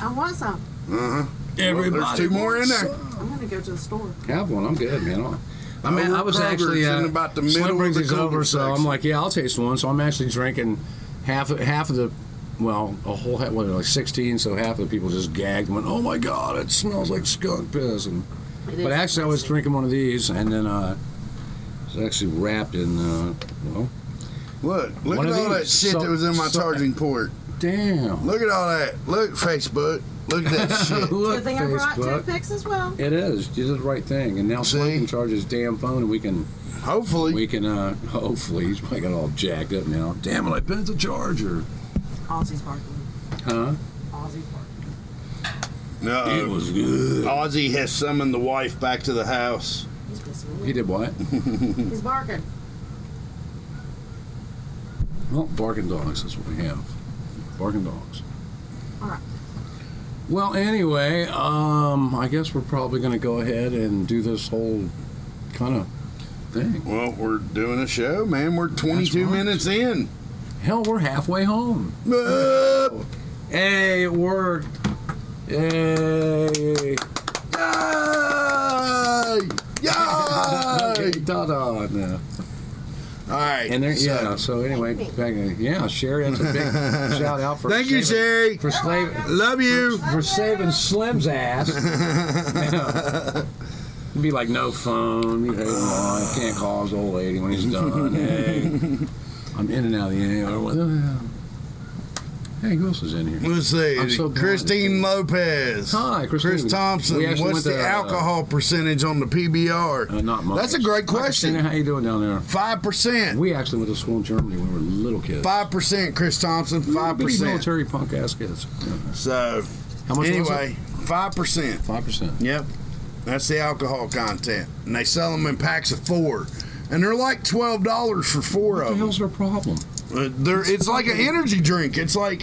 Speaker 6: I want some.
Speaker 1: Uh huh.
Speaker 2: Everybody,
Speaker 1: two more in
Speaker 2: wants
Speaker 1: there.
Speaker 2: some.
Speaker 6: I'm gonna go to the store.
Speaker 2: Have one. I'm good, man. I'll- I mean,
Speaker 1: Over
Speaker 2: I was
Speaker 1: Kroger's
Speaker 2: actually
Speaker 1: in
Speaker 2: uh,
Speaker 1: about the
Speaker 2: Slim
Speaker 1: middle of
Speaker 2: Breeze
Speaker 1: the
Speaker 2: is over, so
Speaker 1: cul-de-sac.
Speaker 2: I'm like, yeah, I'll taste one. So I'm actually drinking half half of the, well, a whole ha- what like 16. So half of the people just gagged and went, oh my god, it smells like skunk piss. And,
Speaker 6: It is
Speaker 2: but actually, I was
Speaker 6: messy.
Speaker 2: drinking one of these, and then uh, it was actually wrapped in, uh, well,
Speaker 1: Look, look
Speaker 2: One
Speaker 1: at
Speaker 2: of
Speaker 1: all that
Speaker 2: these.
Speaker 1: shit
Speaker 2: So-
Speaker 1: that was in my
Speaker 2: so-
Speaker 1: charging port.
Speaker 2: damn.
Speaker 1: Look at all that. Look, Facebook. Look at that shit.
Speaker 2: Look,
Speaker 6: Good thing I brought
Speaker 2: Facebook.
Speaker 6: toothpicks as well.
Speaker 2: It is. You did the right thing, and now
Speaker 1: See?
Speaker 2: Slim can charge his damn phone, and we can
Speaker 1: Hopefully.
Speaker 2: we can uh hopefully he's probably got all jacked up now. Damn it! I bent the charger.
Speaker 6: Aussie's barking.
Speaker 2: Huh?
Speaker 6: Aussie's barking.
Speaker 2: It
Speaker 1: No.
Speaker 2: was good.
Speaker 1: Ozzy has summoned the wife back to the house.
Speaker 6: He's pissing me.
Speaker 2: He did what? Hmm.
Speaker 6: off. He's barking.
Speaker 2: Well, barking dogs. That's what we have. Barking dogs.
Speaker 6: All right.
Speaker 2: Well, anyway, um, I guess we're probably going to go ahead and do this whole kind of thing.
Speaker 1: Well, we're doing a show, man. We're 22
Speaker 2: right.
Speaker 1: minutes in.
Speaker 2: Hell, we're halfway home.
Speaker 1: Up.
Speaker 2: Hey, it worked. Yay!
Speaker 1: Yay! Yay!
Speaker 2: Da-da now.
Speaker 1: All right.
Speaker 2: And there,
Speaker 1: so-
Speaker 2: yeah. So anyway, back, yeah, Sherry, that's a big shout out for
Speaker 1: Thank you, Sherry.
Speaker 2: saving- for slaving.
Speaker 1: Love you.
Speaker 2: for saving Slim's ass. He'd be like, no phone. You hate him on. You Can't call his old lady when he's done. Hey, I'm in and out of the
Speaker 1: Oh,
Speaker 2: air. Hey, who else is in here?
Speaker 1: Let's see.
Speaker 2: I'm so blind.
Speaker 1: Christine Lopez.
Speaker 2: Hi, Christine.
Speaker 1: Chris Thompson.
Speaker 2: We actually
Speaker 1: What's
Speaker 2: went
Speaker 1: the
Speaker 2: to, uh,
Speaker 1: alcohol percentage on the PBR?
Speaker 2: Uh, not much.
Speaker 1: That's a great
Speaker 2: Hi, Christina,
Speaker 1: question.
Speaker 2: how you doing down there?
Speaker 1: Five percent.
Speaker 2: We actually went to school in Germany when we were little kids.
Speaker 1: Five percent. Chris Thompson.
Speaker 2: Little
Speaker 1: Five
Speaker 2: bitty
Speaker 1: percent.
Speaker 2: Military punk ass kids.
Speaker 1: So
Speaker 2: How much
Speaker 1: anyway, five percent.
Speaker 2: Five percent.
Speaker 1: Yep. That's the alcohol content, and they sell them in packs of four, and they're like twelve dollars for four
Speaker 2: What the
Speaker 1: of them.
Speaker 2: hell's their problem?
Speaker 1: Uh, they're, it's like an energy drink. It's like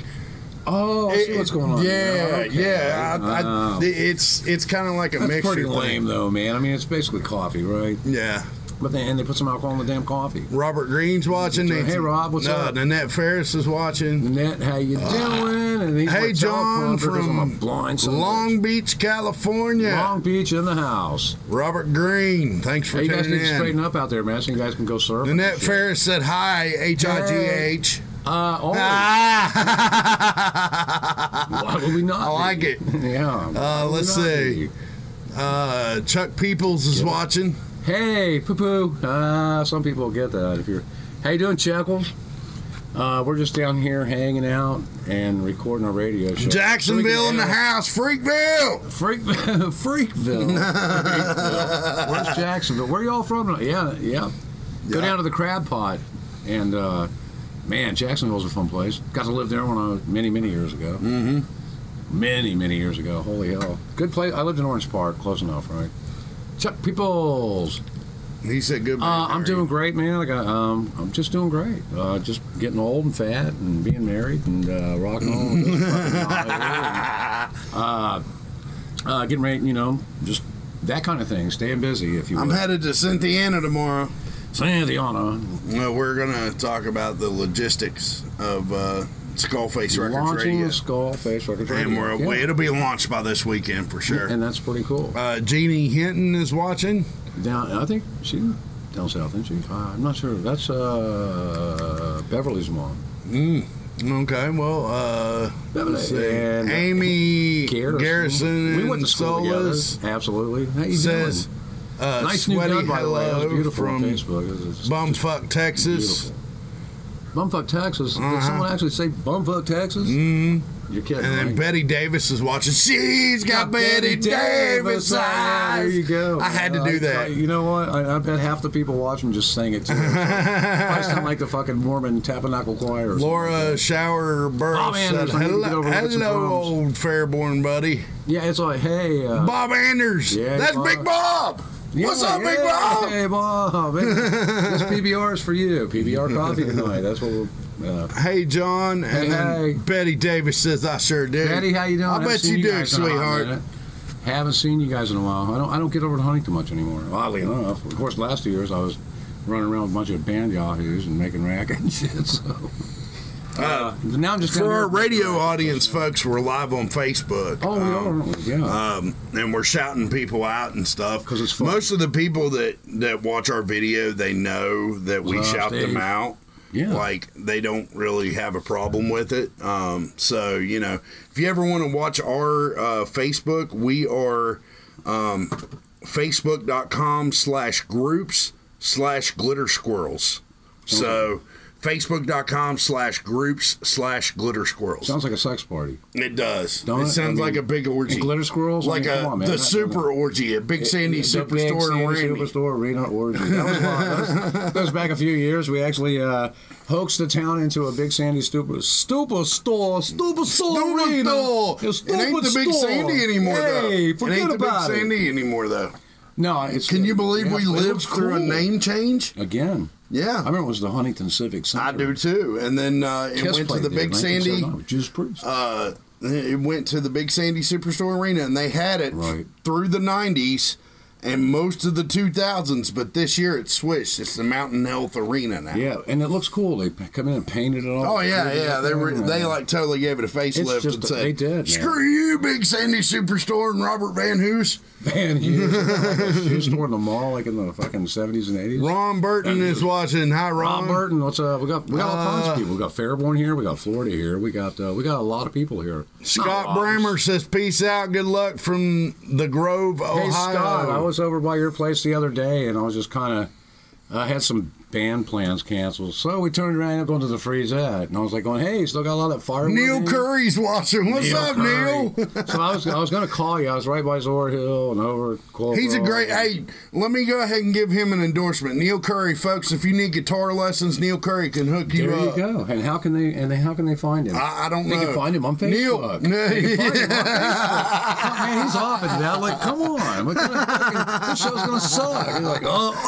Speaker 2: Oh, I see
Speaker 1: It-
Speaker 2: what's going on.
Speaker 1: Yeah,
Speaker 2: Okay.
Speaker 1: yeah. I, I,
Speaker 2: Wow.
Speaker 1: it's it's kind of like a
Speaker 2: That's
Speaker 1: mixture.
Speaker 2: pretty
Speaker 1: thing.
Speaker 2: lame, though, man. I mean, it's basically coffee, right?
Speaker 1: Yeah.
Speaker 2: But they, and they put some alcohol in the damn coffee.
Speaker 1: Robert Green's watching.
Speaker 2: Hey,
Speaker 1: Nancy-
Speaker 2: Rob, what's
Speaker 1: no,
Speaker 2: up?
Speaker 1: Nanette Ferris is watching.
Speaker 2: Nanette, how you doing? And he's
Speaker 1: Ah. Hey,
Speaker 2: like, "Tell
Speaker 1: John
Speaker 2: Plumber, 'cause I'm a
Speaker 1: from
Speaker 2: blind son of a bitch."
Speaker 1: Long Beach, California.
Speaker 2: Long Beach in the house.
Speaker 1: Robert Green, thanks for
Speaker 2: Hey, you guys
Speaker 1: tuning
Speaker 2: need to straighten
Speaker 1: in.
Speaker 2: up out there, man. So you guys can go surf.
Speaker 1: Nanette Ferris said hi. H I G H.
Speaker 2: Uh, oh,
Speaker 1: Ah.
Speaker 2: why would we not?
Speaker 1: I like
Speaker 2: be?
Speaker 1: it.
Speaker 2: yeah. why
Speaker 1: Uh,
Speaker 2: would we
Speaker 1: let's
Speaker 2: not
Speaker 1: see.
Speaker 2: be?
Speaker 1: Uh, Chuck Peoples is watching.
Speaker 2: Hey, poo poo. Uh, some people get that if you're. How you doing, Chuckles? Uh, we're just down here hanging out and recording a radio show.
Speaker 1: Jacksonville in the
Speaker 2: house.
Speaker 1: house. Freakville.
Speaker 2: Freak, Freakville. Freakville. Where's Jacksonville? Where y'all from? Yeah, yeah. Go
Speaker 1: Yeah.
Speaker 2: down to the Crab Pot, and uh, man, Jacksonville's a fun place. Got to live there when I was many, many years ago. Mm-hmm. Many, many years ago. Holy hell, good place. I lived in Orange Park, close enough, right? Chuck Peoples.
Speaker 1: He said good.
Speaker 2: Uh,
Speaker 1: man,
Speaker 2: I'm
Speaker 1: Harry."
Speaker 2: doing great, man. I got, um, I'm just doing great. Uh, just getting old and fat and being married and uh, rocking on. with this fucking uh, uh, getting ready, you know, just that kind of thing. Staying busy, if you
Speaker 1: I'm
Speaker 2: will.
Speaker 1: headed to Cynthiana tomorrow.
Speaker 2: Santiana.
Speaker 1: Well, we're gonna talk about the logistics of uh, Skullface Records
Speaker 2: Launching
Speaker 1: Radio,
Speaker 2: the Skull Face Records
Speaker 1: and we're
Speaker 2: Radio. Yeah.
Speaker 1: it'll be launched by this weekend for sure.
Speaker 2: And that's pretty cool.
Speaker 1: Uh, Jeannie Hinton is watching.
Speaker 2: Down, I think she down south, isn't she? Uh, I'm not sure. That's uh, Beverly's mom.
Speaker 1: Mm. Okay, well, uh,
Speaker 2: Beverly
Speaker 1: let's see.
Speaker 2: and
Speaker 1: Amy
Speaker 2: Garrison.
Speaker 1: Garrison,
Speaker 2: we went to school
Speaker 1: Solis
Speaker 2: together. Absolutely. How you
Speaker 1: says,
Speaker 2: doing?
Speaker 1: uh,
Speaker 2: nice new
Speaker 1: sweaty
Speaker 2: gun, by the way. That was
Speaker 1: hello
Speaker 2: beautiful on
Speaker 1: from
Speaker 2: Facebook. It was-
Speaker 1: Bumfuck, Texas.
Speaker 2: Beautiful. Bumfuck Texas. Did
Speaker 1: Uh-huh.
Speaker 2: someone actually say Bumfuck Texas?
Speaker 1: Mm.
Speaker 2: You're kidding.
Speaker 1: And then
Speaker 2: right?
Speaker 1: Betty Davis is watching. She's got, Betty, Davis, eyes.
Speaker 2: There you go.
Speaker 1: I had to
Speaker 2: Yeah,
Speaker 1: do
Speaker 2: I-
Speaker 1: that.
Speaker 2: You know what? I, I bet half the people watching just sang it too. I sound like the fucking Mormon Tabernacle Choir. or something.
Speaker 1: Laura Shower Burris
Speaker 2: Bob
Speaker 1: said,
Speaker 2: Anders, I need to get
Speaker 1: "Hello,
Speaker 2: over and get some
Speaker 1: hello
Speaker 2: drums."
Speaker 1: old Fairborn buddy,
Speaker 2: Yeah, it's like, hey. Uh,
Speaker 1: Bob Anders.
Speaker 2: yeah,
Speaker 1: That's
Speaker 2: Bob.
Speaker 1: Big Bob.
Speaker 2: yeah,
Speaker 1: What's up,
Speaker 2: yeah,
Speaker 1: Big Bob?
Speaker 2: Hey, Bob. Hey, this PBR is for you. PBR coffee tonight. That's what we're. Uh,
Speaker 1: Hey, John, and
Speaker 2: Hey,
Speaker 1: then
Speaker 2: hey.
Speaker 1: Betty Davis says, "I sure did."
Speaker 2: Daddy, how you doing?
Speaker 1: I
Speaker 2: Haven't
Speaker 1: bet
Speaker 2: seen
Speaker 1: you do,
Speaker 2: guys in a hot
Speaker 1: sweetheart.
Speaker 2: minute. Haven't seen you guys in a while. I don't. I don't get over to Huntington much anymore. Oddly enough, of course, last two years I was running around with a bunch of band yahoos and making rack and shit. So Uh, now I'm just
Speaker 1: For
Speaker 2: down
Speaker 1: our
Speaker 2: here-
Speaker 1: radio audience, folks, we're live on Facebook.
Speaker 2: Oh, we are.
Speaker 1: Um,
Speaker 2: aren't we? Yeah.
Speaker 1: um, and we're shouting people out and stuff
Speaker 2: 'Cause it's fun.
Speaker 1: most of the people that that watch our video they know that we
Speaker 2: Love
Speaker 1: shout them
Speaker 2: Dave.
Speaker 1: out
Speaker 2: Yeah.
Speaker 1: like they don't really have a problem with it um, so you know if you ever want to watch our uh, facebook we are um, facebook.com slash groups slash glitter squirrels so facebook.com slash groups slash glitter squirrels
Speaker 2: Sounds like a sex party.
Speaker 1: it does.
Speaker 2: Don't
Speaker 1: it
Speaker 2: it?
Speaker 1: sounds
Speaker 2: I mean,
Speaker 1: like a big orgy.
Speaker 2: and glitter squirrels? I
Speaker 1: Like
Speaker 2: mean,
Speaker 1: a
Speaker 2: come on, man.
Speaker 1: the
Speaker 2: That's-
Speaker 1: super orgy at Big Sandy
Speaker 2: The Big
Speaker 1: Superstore in
Speaker 2: Sandy
Speaker 1: Randy.
Speaker 2: Superstore, Reno, Oregon. That was wild. That was- goes back a few years. We actually uh, hoaxed the town into a Big Sandy Stupid Stupid Store, Stupid Store, Arena.
Speaker 1: Superstore. It
Speaker 2: Yeah,
Speaker 1: ain't
Speaker 2: Stupid
Speaker 1: the Big
Speaker 2: Store.
Speaker 1: Sandy anymore though.
Speaker 2: Hey,
Speaker 1: it
Speaker 2: forget
Speaker 1: ain't the
Speaker 2: about
Speaker 1: Big Sandy anymore though.
Speaker 2: it. No, it's,
Speaker 1: Can you believe
Speaker 2: yeah,
Speaker 1: we
Speaker 2: it
Speaker 1: lived
Speaker 2: looks
Speaker 1: through a
Speaker 2: cool.
Speaker 1: name change?
Speaker 2: again?
Speaker 1: Yeah.
Speaker 2: I remember it was the Huntington Civic Center.
Speaker 1: I do too. And then uh, it went
Speaker 2: Kiss
Speaker 1: to
Speaker 2: played
Speaker 1: the
Speaker 2: there in
Speaker 1: Big Sandy
Speaker 2: 1979. Judas Priest.
Speaker 1: uh, it went to the Big Sandy Superstore Arena and they had it
Speaker 2: Right.
Speaker 1: through the 90s and most of the 2000s, but this year it switched. It's the Mountain Health Arena now.
Speaker 2: yeah, and it looks cool. They p- come in and painted it all.
Speaker 1: Oh yeah,
Speaker 2: Painted it
Speaker 1: yeah.
Speaker 2: up
Speaker 1: They
Speaker 2: there
Speaker 1: were
Speaker 2: and-
Speaker 1: they like totally gave it a facelift
Speaker 2: just-
Speaker 1: and said
Speaker 2: they did, man.
Speaker 1: Screw you, Big Sandy Superstore and Robert Van Hoos.
Speaker 2: Van Hughes, like a shoe store in the mall, like in the fucking seventies and eighties.
Speaker 1: Ron Burton is watching. Hi, Ron.
Speaker 2: Ron Burton, what's up? We got we got all
Speaker 1: Uh,
Speaker 2: kinds of people. We got Fairborn here. We got Florida here. We got uh, we got a lot of people here.
Speaker 1: Scott
Speaker 2: Not a lot.
Speaker 1: Brammer says peace out. Good luck from the Grove, Ohio.
Speaker 2: Hey Scott, I was over by your place the other day, and I was just kind of I had some band plans canceled, so we turned around and going to the Freezette, and I was like going, hey, still got a lot of fire.
Speaker 1: Neil Curry's watching. What's up, Neil?
Speaker 2: so I was I was gonna call you. I was right by Zora Hill and over. Coral
Speaker 1: He's a
Speaker 2: Grove.
Speaker 1: great. Hey, let me go ahead and give him an endorsement. Neil Curry, folks. If you need guitar lessons, Neil Curry can hook you
Speaker 2: There
Speaker 1: up.
Speaker 2: you go. And how can they and they, how can they find him?
Speaker 1: I, I don't
Speaker 2: They
Speaker 1: know.
Speaker 2: can find him on
Speaker 1: Neil,
Speaker 2: Facebook. They can find him on Facebook. Man, he's off and down. Like, come on. What kind of fucking, this show's going to suck. He's like, oh,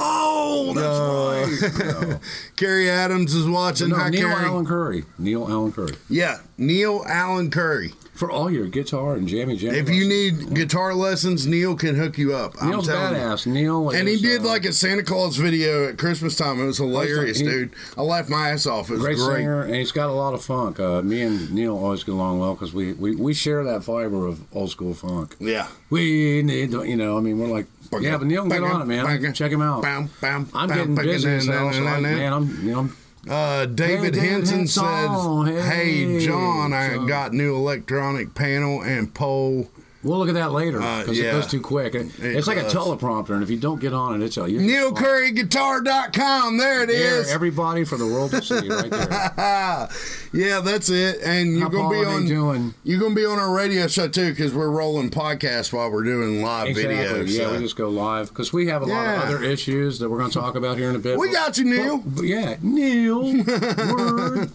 Speaker 1: oh, that's
Speaker 2: no. No.
Speaker 1: Carrie Adams is watching. Hi,
Speaker 2: Neil
Speaker 1: Carrie.
Speaker 2: Allen Curry. Neil Allen Curry.
Speaker 1: Yeah, Neil Allen Curry.
Speaker 2: For all your guitar and jammy jam.
Speaker 1: If you
Speaker 2: lessons.
Speaker 1: need guitar lessons, Neil can hook you up. I'm
Speaker 2: Neil's
Speaker 1: telling you.
Speaker 2: badass. Neil.
Speaker 1: And he
Speaker 2: is,
Speaker 1: did
Speaker 2: uh,
Speaker 1: like a Santa Claus video at Christmas time. It was hilarious,
Speaker 2: he-
Speaker 1: dude. I laughed my ass off. It was
Speaker 2: Great,
Speaker 1: great.
Speaker 2: singer, and he's got a lot of funk. Uh, me and Neil always get along well because we, we, we share that fiber of old school funk.
Speaker 1: Yeah.
Speaker 2: We need, to, you know, I mean, we're like, yeah, but Neil, get on it, man. Check him out.
Speaker 1: Bam, bam,
Speaker 2: I'm
Speaker 1: bam,
Speaker 2: getting
Speaker 1: bam,
Speaker 2: busy
Speaker 1: bam,
Speaker 2: as hell, so I,
Speaker 1: bam, bam.
Speaker 2: man, I'm, you know, I'm,
Speaker 1: Uh, David
Speaker 2: Hey, David
Speaker 1: Henson
Speaker 2: Henson.
Speaker 1: says, "Hey,
Speaker 2: Hey,
Speaker 1: John, I
Speaker 2: John.
Speaker 1: got new electronic panel and pole."
Speaker 2: we'll look at that later
Speaker 1: Uh,
Speaker 2: because
Speaker 1: yeah.
Speaker 2: it goes too quick. It-
Speaker 1: It
Speaker 2: it's like
Speaker 1: does.
Speaker 2: a teleprompter, and if you don't get on it, it's all you.
Speaker 1: NeilCurryGuitar.com. There it is.
Speaker 2: everybody for the world to see right there.
Speaker 1: yeah, that's it. And you're
Speaker 2: How
Speaker 1: gonna be
Speaker 2: Paul are
Speaker 1: on.
Speaker 2: they doing?
Speaker 1: You're gonna be on our radio show too because we're rolling podcasts while we're doing live
Speaker 2: Exactly.
Speaker 1: videos.
Speaker 2: yeah,
Speaker 1: so.
Speaker 2: we just go live because we have a
Speaker 1: Yeah.
Speaker 2: lot of other issues that we're going to talk about here in a bit.
Speaker 1: We got you, Neil.
Speaker 2: But, but yeah, Neil. word.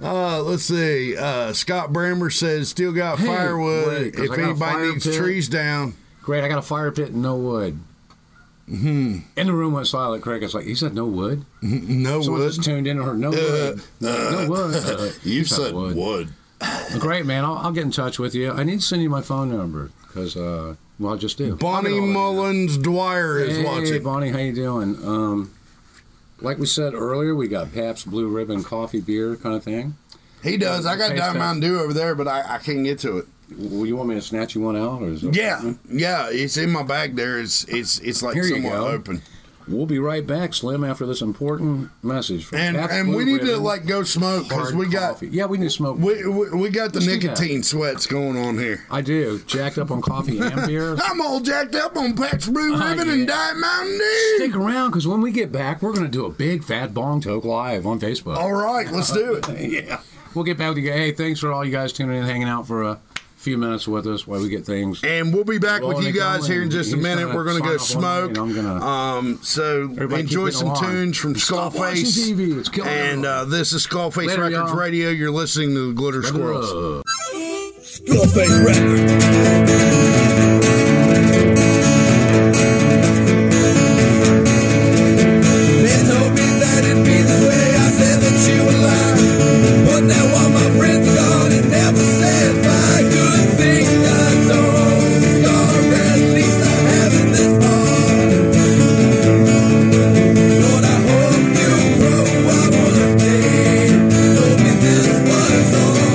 Speaker 1: Uh, let's see. Uh, Scott Brammer says still got
Speaker 2: Hey,
Speaker 1: firewood.
Speaker 2: wait, 'cause
Speaker 1: if
Speaker 2: I got a
Speaker 1: anybody
Speaker 2: fire
Speaker 1: needs
Speaker 2: pit.
Speaker 1: trees down,
Speaker 2: Great. I got a fire pit and no wood.
Speaker 1: Hmm.
Speaker 2: Mm-hmm. And the room went silent. Craig was like, he said no wood.
Speaker 1: no
Speaker 2: Someone
Speaker 1: wood. Uh,
Speaker 2: just tuned in and heard no wood. no wood. Uh,
Speaker 1: You
Speaker 2: he said
Speaker 1: said wood.
Speaker 2: Great, man. I'll, I'll get in touch with you. I need to send you my phone number because, uh, well, I just do.
Speaker 1: Bonnie
Speaker 2: I'll get all that.
Speaker 1: Mullins Dwyer is
Speaker 2: Hey,
Speaker 1: watching.
Speaker 2: Bonnie, how you doing? Um, like we said earlier, we got Pabst Blue Ribbon coffee beer kind of thing.
Speaker 1: He does. I got
Speaker 2: Taste
Speaker 1: Diamond
Speaker 2: test.
Speaker 1: Mountain Dew over there, but I, I can't get to it.
Speaker 2: Well, you want me to snatch you one out? Or is there
Speaker 1: Yeah,
Speaker 2: something?
Speaker 1: yeah. It's in my bag there. It's it's it's like
Speaker 2: Here you
Speaker 1: somewhat
Speaker 2: go.
Speaker 1: open.
Speaker 2: We'll be right back, Slim, after this important message. From
Speaker 1: And
Speaker 2: Pabst
Speaker 1: and we
Speaker 2: Blue
Speaker 1: need to
Speaker 2: Ribbon
Speaker 1: like go smoke because
Speaker 2: hard
Speaker 1: we got
Speaker 2: coffee. Yeah, we need to smoke.
Speaker 1: we, we we got the
Speaker 2: Let's do that.
Speaker 1: nicotine sweats going on here.
Speaker 2: I do. Jacked up on coffee and beer.
Speaker 1: I'm all jacked up on Pat's Blue
Speaker 2: Oh,
Speaker 1: Ribbon
Speaker 2: yeah.
Speaker 1: and Diamond Mountain Dew.
Speaker 2: Stick around because when we get back, we're going to do a big fat bong toke live on Facebook.
Speaker 1: All right, let's do it.
Speaker 2: yeah. We'll get back with you. guys. Hey, thanks for all you guys tuning in, hanging out for a few minutes with us while we get things.
Speaker 1: And we'll be back
Speaker 2: Well,
Speaker 1: with you
Speaker 2: they
Speaker 1: guys
Speaker 2: go
Speaker 1: here in
Speaker 2: and
Speaker 1: just a
Speaker 2: he's
Speaker 1: minute.
Speaker 2: gonna
Speaker 1: We're gonna go
Speaker 2: sign off on
Speaker 1: smoke.
Speaker 2: me, and I'm
Speaker 1: Um, so
Speaker 2: Everybody keep
Speaker 1: enjoy
Speaker 2: it
Speaker 1: some
Speaker 2: alive.
Speaker 1: tunes from
Speaker 2: Stop watching
Speaker 1: Skullface.
Speaker 2: TV. It's killing
Speaker 1: and uh,
Speaker 2: everyone.
Speaker 1: this is Skullface
Speaker 2: Later,
Speaker 1: Records
Speaker 2: y'all.
Speaker 1: Radio. You're listening to the Glitter Squirrels.
Speaker 3: Skullface Records.
Speaker 5: They told me that it'd be this way. I said that you were lying. But now all my friends are gone and never said bye. Good thing I don't scar. At least I haven't this far. Lord, I hope you grow up one day. Told me this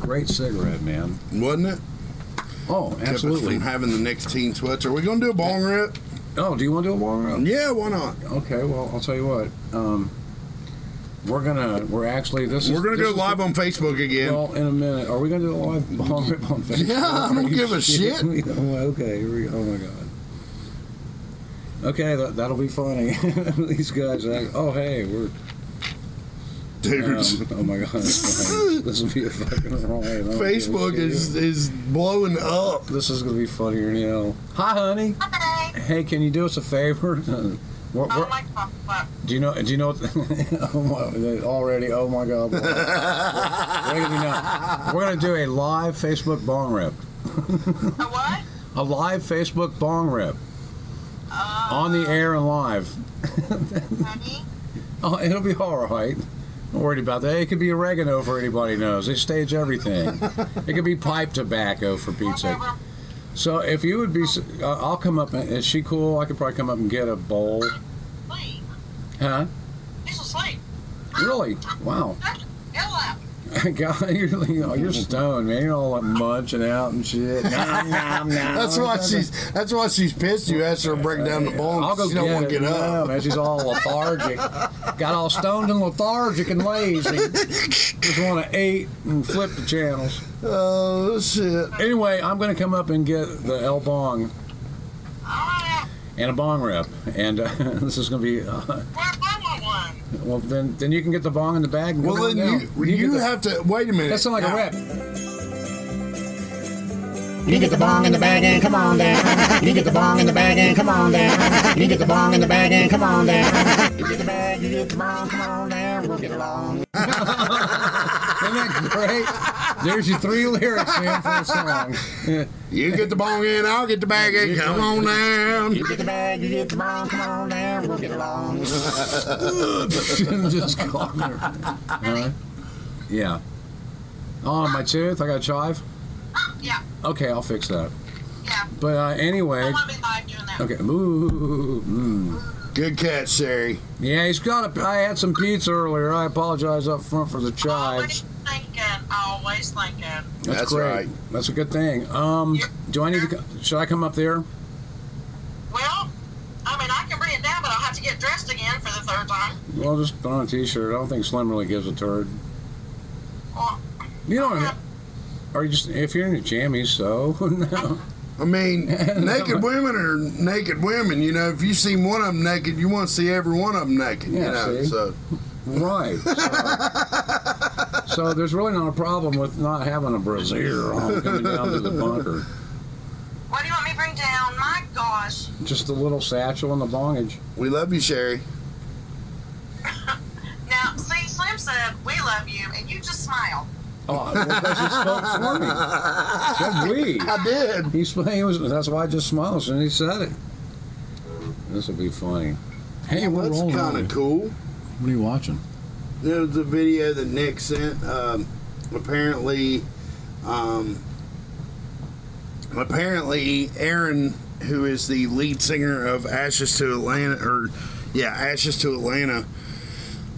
Speaker 2: great cigarette, man.
Speaker 1: wasn't it?
Speaker 2: Oh,
Speaker 1: Kept us
Speaker 2: absolutely.
Speaker 1: from having the next teen sweats. Are we gonna do a bong rip?
Speaker 2: Oh, do you want to do a warm up?
Speaker 1: Yeah, why not?
Speaker 2: Okay, well, I'll tell you what. Um, we're gonna, we're actually this.
Speaker 1: We're gonna
Speaker 2: is, this
Speaker 1: go
Speaker 2: is-
Speaker 1: live on Facebook again.
Speaker 2: Well, in a minute, are we gonna do a live bomb rip on Facebook?
Speaker 1: Yeah, I don't
Speaker 2: Are you
Speaker 1: give a shit.
Speaker 2: shitting me? Oh, okay, here we go. Oh my god. Okay, that, that'll be funny. These guys, are like, oh hey, we're.
Speaker 1: Dude,
Speaker 2: um, oh my god, this will be a fucking riot. I don't give a
Speaker 1: Facebook
Speaker 2: shit.
Speaker 1: is is blowing up.
Speaker 2: This is gonna be funnier than hell. Hi, honey.
Speaker 7: Hi.
Speaker 2: Hey, can you do us a favor? What-
Speaker 7: Oh
Speaker 2: what-
Speaker 7: my god. fuck.
Speaker 2: Do you know? Do you know? oh my, they- already, oh my God! boy. Wait a minute. We're gonna do a live Facebook bong rip,
Speaker 7: A what?
Speaker 2: a live Facebook bong rip
Speaker 7: Uh,
Speaker 2: on the air and live.
Speaker 7: Honey?
Speaker 2: Oh, it'll be all right. Not worried about that. It could be oregano for anybody knows. They stage everything. it could be pipe tobacco for Pete's sake.
Speaker 7: Whatever.
Speaker 2: So if you would be, s- uh, I'll come up. and- Is she cool? I could probably come up and get a bowl.
Speaker 7: Sleep.
Speaker 2: Huh?
Speaker 7: He's asleep.
Speaker 2: Really? Wow.
Speaker 7: Get up.
Speaker 2: God, you're, you know, you're stoned, man. You're all like munching out and shit. Nom, nom, nom.
Speaker 1: That's why she's that's why she's pissed. You asked her to break down the bong.
Speaker 2: I'll go
Speaker 1: she
Speaker 2: get,
Speaker 1: don't want
Speaker 2: it.
Speaker 1: to get
Speaker 2: No,
Speaker 1: up.
Speaker 2: man, she's all lethargic. Got all stoned and lethargic and lazy. Just want to eat and flip the channels.
Speaker 1: Oh shit!
Speaker 2: Anyway, I'm going to come up and get the El Bong
Speaker 7: Alright.
Speaker 2: and a bong rip, and uh, this is going to be. Uh,
Speaker 7: Where's my one?
Speaker 2: well, then, then you can get the bong in the bag. And
Speaker 1: Well,
Speaker 2: come on
Speaker 1: then
Speaker 2: down.
Speaker 1: you
Speaker 2: get
Speaker 1: you
Speaker 2: the-
Speaker 1: have to wait a minute.
Speaker 2: That sounds like
Speaker 1: Now,
Speaker 2: a rip.
Speaker 5: You get the bong in the bag and come on down. You get the bong in the bag and come on down. You get the bong in the bag and come on down. You get the bag, you get the bong, come on down. We'll get along.
Speaker 2: Isn't that great? There's your three lyrics, man, for a song.
Speaker 1: You get the bong in, I'll get the bag in. Come on down.
Speaker 5: You get the bag, you get the bong, come on down. We'll get along.
Speaker 2: just called her. Huh? Yeah. Oh, my tooth. I got a chive.
Speaker 7: Yeah.
Speaker 2: Okay, I'll fix that.
Speaker 7: Yeah.
Speaker 2: But uh,
Speaker 7: I
Speaker 2: anyway,
Speaker 7: want to be live doing that.
Speaker 2: okay. Ooh, mm.
Speaker 1: Good catch, Sari.
Speaker 2: Yeah, he's got a. I had some pizza earlier. I apologize up front for the chives.
Speaker 7: Always thinking. Always thinking.
Speaker 2: That's,
Speaker 1: Oh, That's
Speaker 2: great.
Speaker 1: right.
Speaker 2: That's a good thing. Um, do I need to? co- Should I come up there?
Speaker 7: Well, I mean, I can bring it down, but I'll have to get dressed again for the third time.
Speaker 2: Well, just put on a t-shirt. I don't think Slim really gives a turd.
Speaker 1: Oh.
Speaker 7: Or,
Speaker 2: You know, or you just if you're in your jammies, so no.
Speaker 1: I mean, naked women are naked women. You know, if you see one of them naked, you want to see every one of them naked. you
Speaker 2: Yeah,
Speaker 1: know,
Speaker 2: see?
Speaker 1: so
Speaker 2: Right. So- So, there's really not a problem with not having a brassiere on coming down to the bunker.
Speaker 7: what do you want me to bring down? My gosh.
Speaker 2: Just a little satchel and the bongage.
Speaker 1: we love you, Sherry.
Speaker 7: Now, see, Slim said, we love you, and you just smile.
Speaker 2: Oh, because he spoke for me. Said we.
Speaker 1: I did.
Speaker 2: He, sp- he was, that's why I just smiled and he said it. This will be funny. Hey, we're
Speaker 1: That's
Speaker 2: rolling.
Speaker 1: kind of cool.
Speaker 2: What are you watching?
Speaker 1: There was a video that Nick sent. Um, apparently, um, apparently Aaron, who is the lead singer of Ashes to Atlanta, or yeah, Ashes to Atlanta,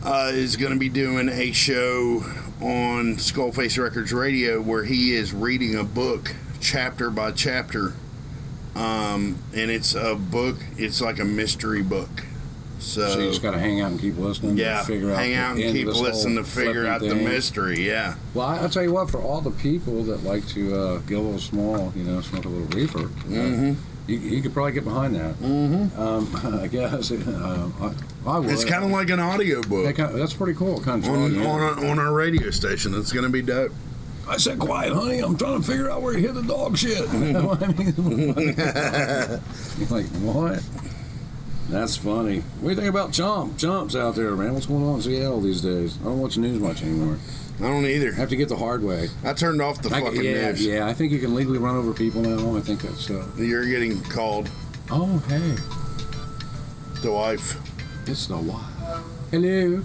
Speaker 1: uh, is going to be doing a show on Skullface Records Radio where he is reading a book chapter by chapter. Um, and it's a book. It's like a mystery book. So,
Speaker 2: So you just got to hang out and keep listening. to
Speaker 1: yeah,
Speaker 2: figure out
Speaker 1: hang
Speaker 2: the
Speaker 1: out
Speaker 2: end
Speaker 1: and
Speaker 2: of
Speaker 1: keep
Speaker 2: this whole
Speaker 1: listening to figure
Speaker 2: flipping
Speaker 1: out the
Speaker 2: thing.
Speaker 1: mystery. Yeah,
Speaker 2: Well, I- I'll tell you what, for all the people that like to uh, get a little small, you know, smoke a little reefer,
Speaker 1: Mm-hmm.
Speaker 2: uh, you, you could probably get behind that. Mm-hmm. Um, I guess um, I, I would.
Speaker 1: it's kind of like an audio
Speaker 2: That
Speaker 1: book
Speaker 2: kind of- that's pretty cool. Kind of
Speaker 1: on on, our, on our radio station. It's gonna be dope.
Speaker 2: I said, "Quiet, honey. I'm trying to figure out where you hid the dog shit." I mean, like what? That's funny. What do you think about Chomp? Chomp's out there, man. What's going on in Seattle these days? I don't watch the news much anymore.
Speaker 1: I don't
Speaker 2: I
Speaker 1: either.
Speaker 2: have to get the hard way.
Speaker 1: I turned off the
Speaker 2: I-
Speaker 1: fucking
Speaker 2: yeah,
Speaker 1: news.
Speaker 2: yeah. I think you can legally run over people now. I think that's. Uh,
Speaker 1: You're getting called
Speaker 2: oh, hey,
Speaker 1: to life.
Speaker 2: it's the wild. Hello.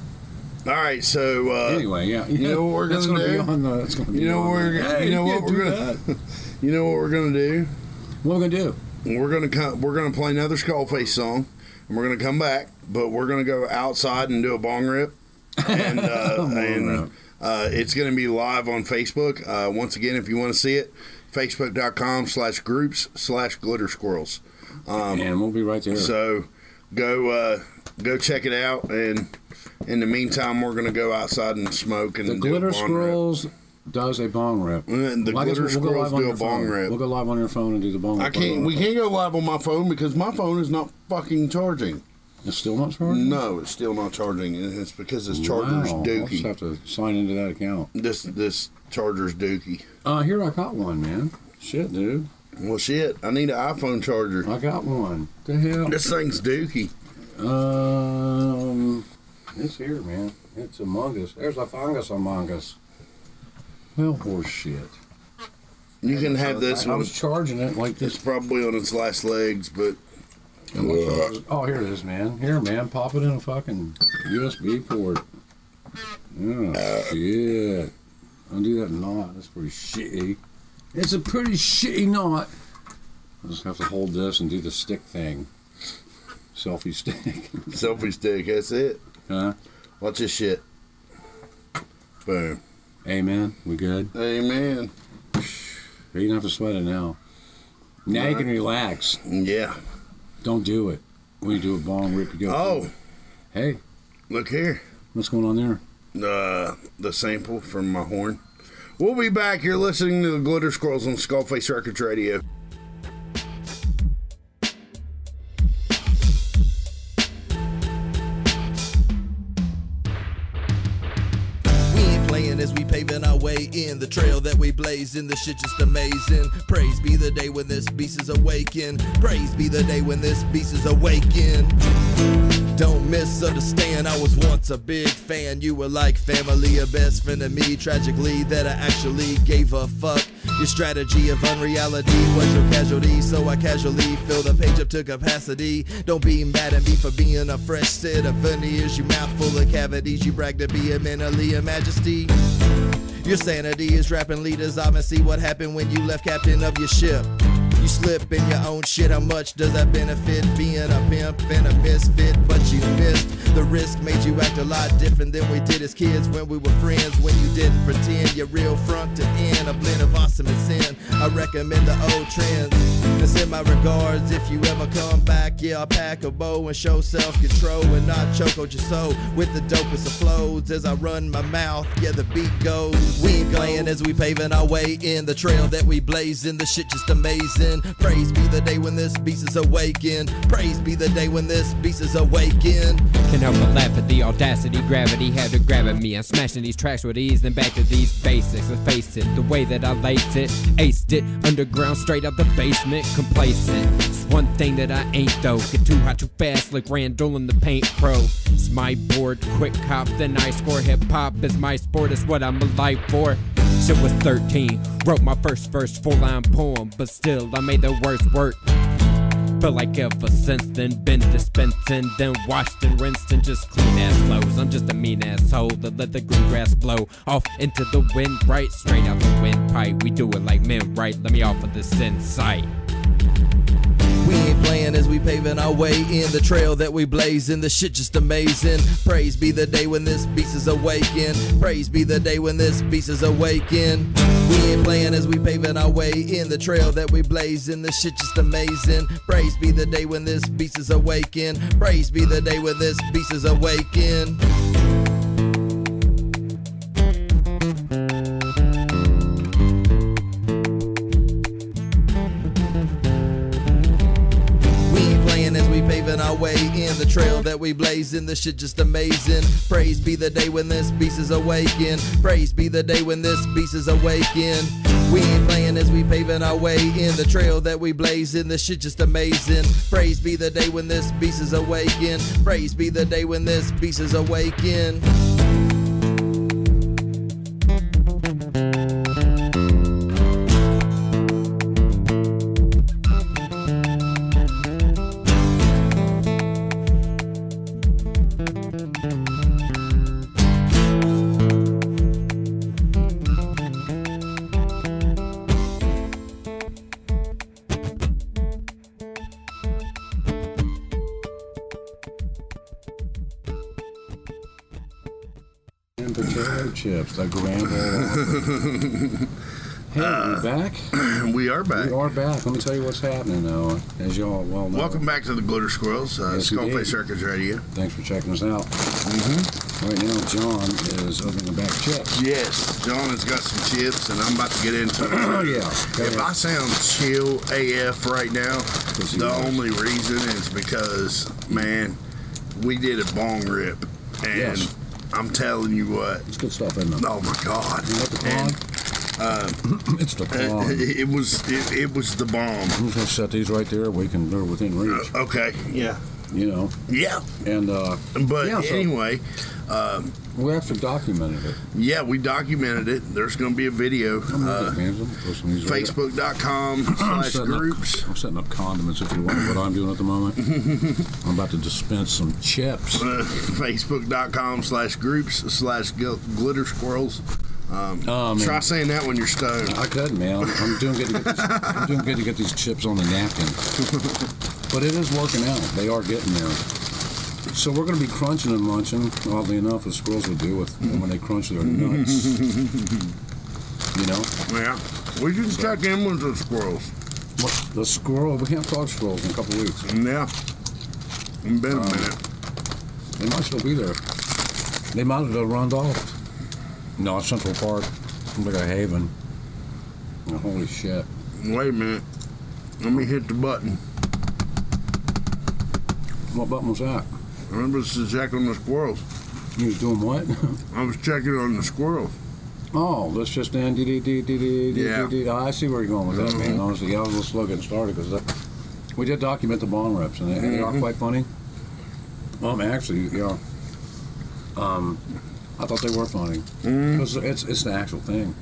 Speaker 1: All right, so uh,
Speaker 2: anyway, yeah.
Speaker 1: you know what we're
Speaker 2: That's
Speaker 1: gonna
Speaker 2: gonna
Speaker 1: do?
Speaker 2: Be on the, that's gonna be
Speaker 1: You know
Speaker 2: on
Speaker 1: we're-
Speaker 2: the-
Speaker 1: you
Speaker 2: Hey,
Speaker 1: know what
Speaker 2: can't
Speaker 1: we're
Speaker 2: do
Speaker 1: gonna-
Speaker 2: that.
Speaker 1: you know what we're gonna do?
Speaker 2: What we're gonna do?
Speaker 1: We're gonna come. We're gonna play another Skullface song, and we're gonna come back. But we're gonna go outside and do a bong rip, and uh,
Speaker 2: Bong
Speaker 1: and
Speaker 2: rip.
Speaker 1: Uh, it's going to be live on Facebook. Uh, once again, if you want to see it, facebook.com slash groups slash glitter squirrels.
Speaker 2: and we'll be right there.
Speaker 1: Um, So go uh, go check it out. And in the meantime, we're going to go outside and smoke and
Speaker 2: the
Speaker 1: do a
Speaker 2: Glitter
Speaker 1: bong rip.
Speaker 2: Squirrels does a bong rip.
Speaker 1: Mm, the
Speaker 2: Well, I guess
Speaker 1: Glitter
Speaker 2: we'll- we'll go
Speaker 1: Squirrels
Speaker 2: live on
Speaker 1: do
Speaker 2: your
Speaker 1: a bong
Speaker 2: phone.
Speaker 1: rip.
Speaker 2: We'll go live on your phone and do the bong
Speaker 1: I
Speaker 2: rip.
Speaker 1: can't. We can't go live on my phone because my phone is not fucking charging.
Speaker 2: It's still not charging?
Speaker 1: No, it's still not charging, and it's because this charger's
Speaker 2: wow. I'll just
Speaker 1: dookie.
Speaker 2: have to sign into that account.
Speaker 1: This this charger's dookie.
Speaker 2: Uh, here I got one, man. Shit, dude.
Speaker 1: Well, shit, I need an iPhone charger.
Speaker 2: I got one. The hell?
Speaker 1: This thing's dookie.
Speaker 2: Um, it's here, man. It's among us. There's a fungus among us. Well, horse shit.
Speaker 1: You can have this
Speaker 2: I, I
Speaker 1: one.
Speaker 2: was charging it like
Speaker 1: It's
Speaker 2: this.
Speaker 1: probably on its last legs, but
Speaker 2: Oh, here it is, man. Here, man. Pop it in a fucking USB port. Yeah, shit. Don't do that knot. That's pretty shitty. It's a pretty shitty knot. I just have to hold this and do the stick thing. Selfie stick.
Speaker 1: selfie stick. That's it.
Speaker 2: huh?
Speaker 1: Watch this shit. Boom.
Speaker 2: Amen. We good?
Speaker 1: Amen.
Speaker 2: You don't have to sweat it now. Now you can relax.
Speaker 1: Yeah.
Speaker 2: Don't do it. When you do a bong rip, you go.
Speaker 1: Oh,
Speaker 2: Hey,
Speaker 1: look here.
Speaker 2: what's going on there?
Speaker 1: Uh, the sample from my horn. We'll be back. You're listening to the Glitter Squirrels on Skullface Records Radio.
Speaker 8: We ain't playing as we paving our way in the trail that we blazing. The shit just amazing. Praise be the day when this beast is awakened. Praise be the day when this beast is awakened. Don't misunderstand, I was once a big fan. You were like family, a best friend to me. Tragically, that I actually gave a fuck. Your strategy of unreality was your casualty, so I casually fill the page up to capacity. Don't be mad at me for being a fresh set of veneers. You mouth full of cavities, you brag to be a mentally a majesty. Your sanity is rapping leaders. I and see what happened when you left captain of your ship. You slip in your own shit. How much does that benefit being a pimp and a misfit? But you missed. The risk made you act a lot different than we did as kids when we were friends. When you didn't pretend your real front to end, a blend of awesome and sin. I recommend the old trends. And send my regards if you ever come back. Yeah, I'll pack a bow and show self control and not choke on your soul with the dopest of flows as I run my mouth. Yeah, the beat goes. We ain't playing as we paving our way in the trail that we blazing. The shit just amazing. Praise be the day when this beast is awakened. Praise be the day when this beast is awakened.
Speaker 9: Can help but laugh at the audacity, gravity had to grab at me. I'm smashing these tracks with ease, then back to these basics. Let's face it, the way that I laced it, aced it, underground, straight out the basement, complacent. It's one thing that I ain't though, get too hot too fast, like Randall in the paint pro. It's my board, quick cop, then I score. Hip hop is my sport, it's what I'm alive for. Shit was 13, wrote my first verse, full line poem, but still I made the worst work. Feel like ever since then, been dispensing, then washed and rinsed, and just clean ass flows. I'm just a mean asshole that let the green grass blow off into the wind, right? Straight out the windpipe, we do it like men, right? Let me offer this insight.
Speaker 8: We ain't playing as we paving our way in the trail that we blazing. The shit just amazing. Praise be the day when this beast is awakened. Praise be the day when this beast is awakened. We ain't playing as we paving our way in the trail that we blazing. The shit just amazing. Praise be the day when this beast is awakened. Praise be the day when this beast is awakened. We ain't playing as we paving our way in the trail that we blazing. The shit just amazing. Praise be the day when this beast is awakened. Praise be the day when this beast is awakened. We ain't playing as we paving our way in the trail that we blazing. The shit just amazing. Praise be the day when this beast is awakened. Praise be the day when this beast is awakened.
Speaker 2: potato chips, the grand old opry. Hey, we back?
Speaker 1: we are back.
Speaker 2: We are back. Let me tell you what's happening, though. As y'all well know.
Speaker 1: Welcome back to the Glitter Squirrels, uh,
Speaker 2: Yes,
Speaker 1: Skullface
Speaker 2: indeed.
Speaker 1: Records Radio.
Speaker 2: Thanks for checking us out.
Speaker 1: Mm-hmm.
Speaker 2: Right now, John is opening the back chips.
Speaker 1: Yes, John has got some chips, and I'm about to get into it.
Speaker 2: Oh, yeah. Go
Speaker 1: If
Speaker 2: ahead.
Speaker 1: I sound chill AF right now,
Speaker 2: you
Speaker 1: the
Speaker 2: are.
Speaker 1: only reason is because, man, we did a bong rip. And
Speaker 2: Yes.
Speaker 1: I'm telling you what,
Speaker 2: It's good stuff, isn't it?
Speaker 1: oh my God.
Speaker 2: You know what the
Speaker 1: And uh,
Speaker 2: clog? it's the clog.
Speaker 1: it, it was it, it was the bomb.
Speaker 2: I'm just gonna set these right there. We can they're within reach,
Speaker 1: Okay, yeah.
Speaker 2: you know.
Speaker 1: Yeah.
Speaker 2: And uh,
Speaker 1: But
Speaker 2: Yeah, so-
Speaker 1: anyway,
Speaker 2: we actually documented it.
Speaker 1: yeah, we documented it. There's going to be a video.
Speaker 2: Come on,
Speaker 1: Uh,
Speaker 2: man. Let's put some of these right up.
Speaker 1: Facebook.com
Speaker 2: I'm
Speaker 1: slash
Speaker 2: setting up-
Speaker 1: groups.
Speaker 2: I'm setting up condiments if you want what I'm doing at the moment. I'm about to dispense some chips.
Speaker 1: Uh, Facebook.com slash groups slash gl- glitter squirrels. Um,
Speaker 2: Oh, man.
Speaker 1: try saying that when you're stoned.
Speaker 2: I could, man. I'm, I'm doing good. To get these, I'm doing good to get these chips on the napkin. But it is working out. They are getting there. So we're going to be crunching and munching. Oddly enough, as squirrels would do with when they crunch their nuts. you know,
Speaker 1: Yeah. We can check in with the squirrels.
Speaker 2: What- the squirrel. We can't talk squirrels in a couple weeks.
Speaker 1: Yeah. It's
Speaker 2: Um.
Speaker 1: been a minute.
Speaker 2: They might still be there. They might have done run off. No, it's Central Park. It's like a haven. Oh, holy shit.
Speaker 1: Wait a minute. Let me hit the button.
Speaker 2: What button was that?
Speaker 1: I was to check on the squirrels.
Speaker 2: You was doing what?
Speaker 1: I was checking on the squirrels.
Speaker 2: Oh, that's just in. dee, dee, dee, dee, dee, dee,
Speaker 1: Yeah.
Speaker 2: dee, dee. I see where you're going with that, man. Honestly, yeah, I was just looking and started because we did document the bomb reps, and they, they are quite funny. Um, actually, yeah. Um, I thought they were funny. 'Cause It's, it's an actual thing.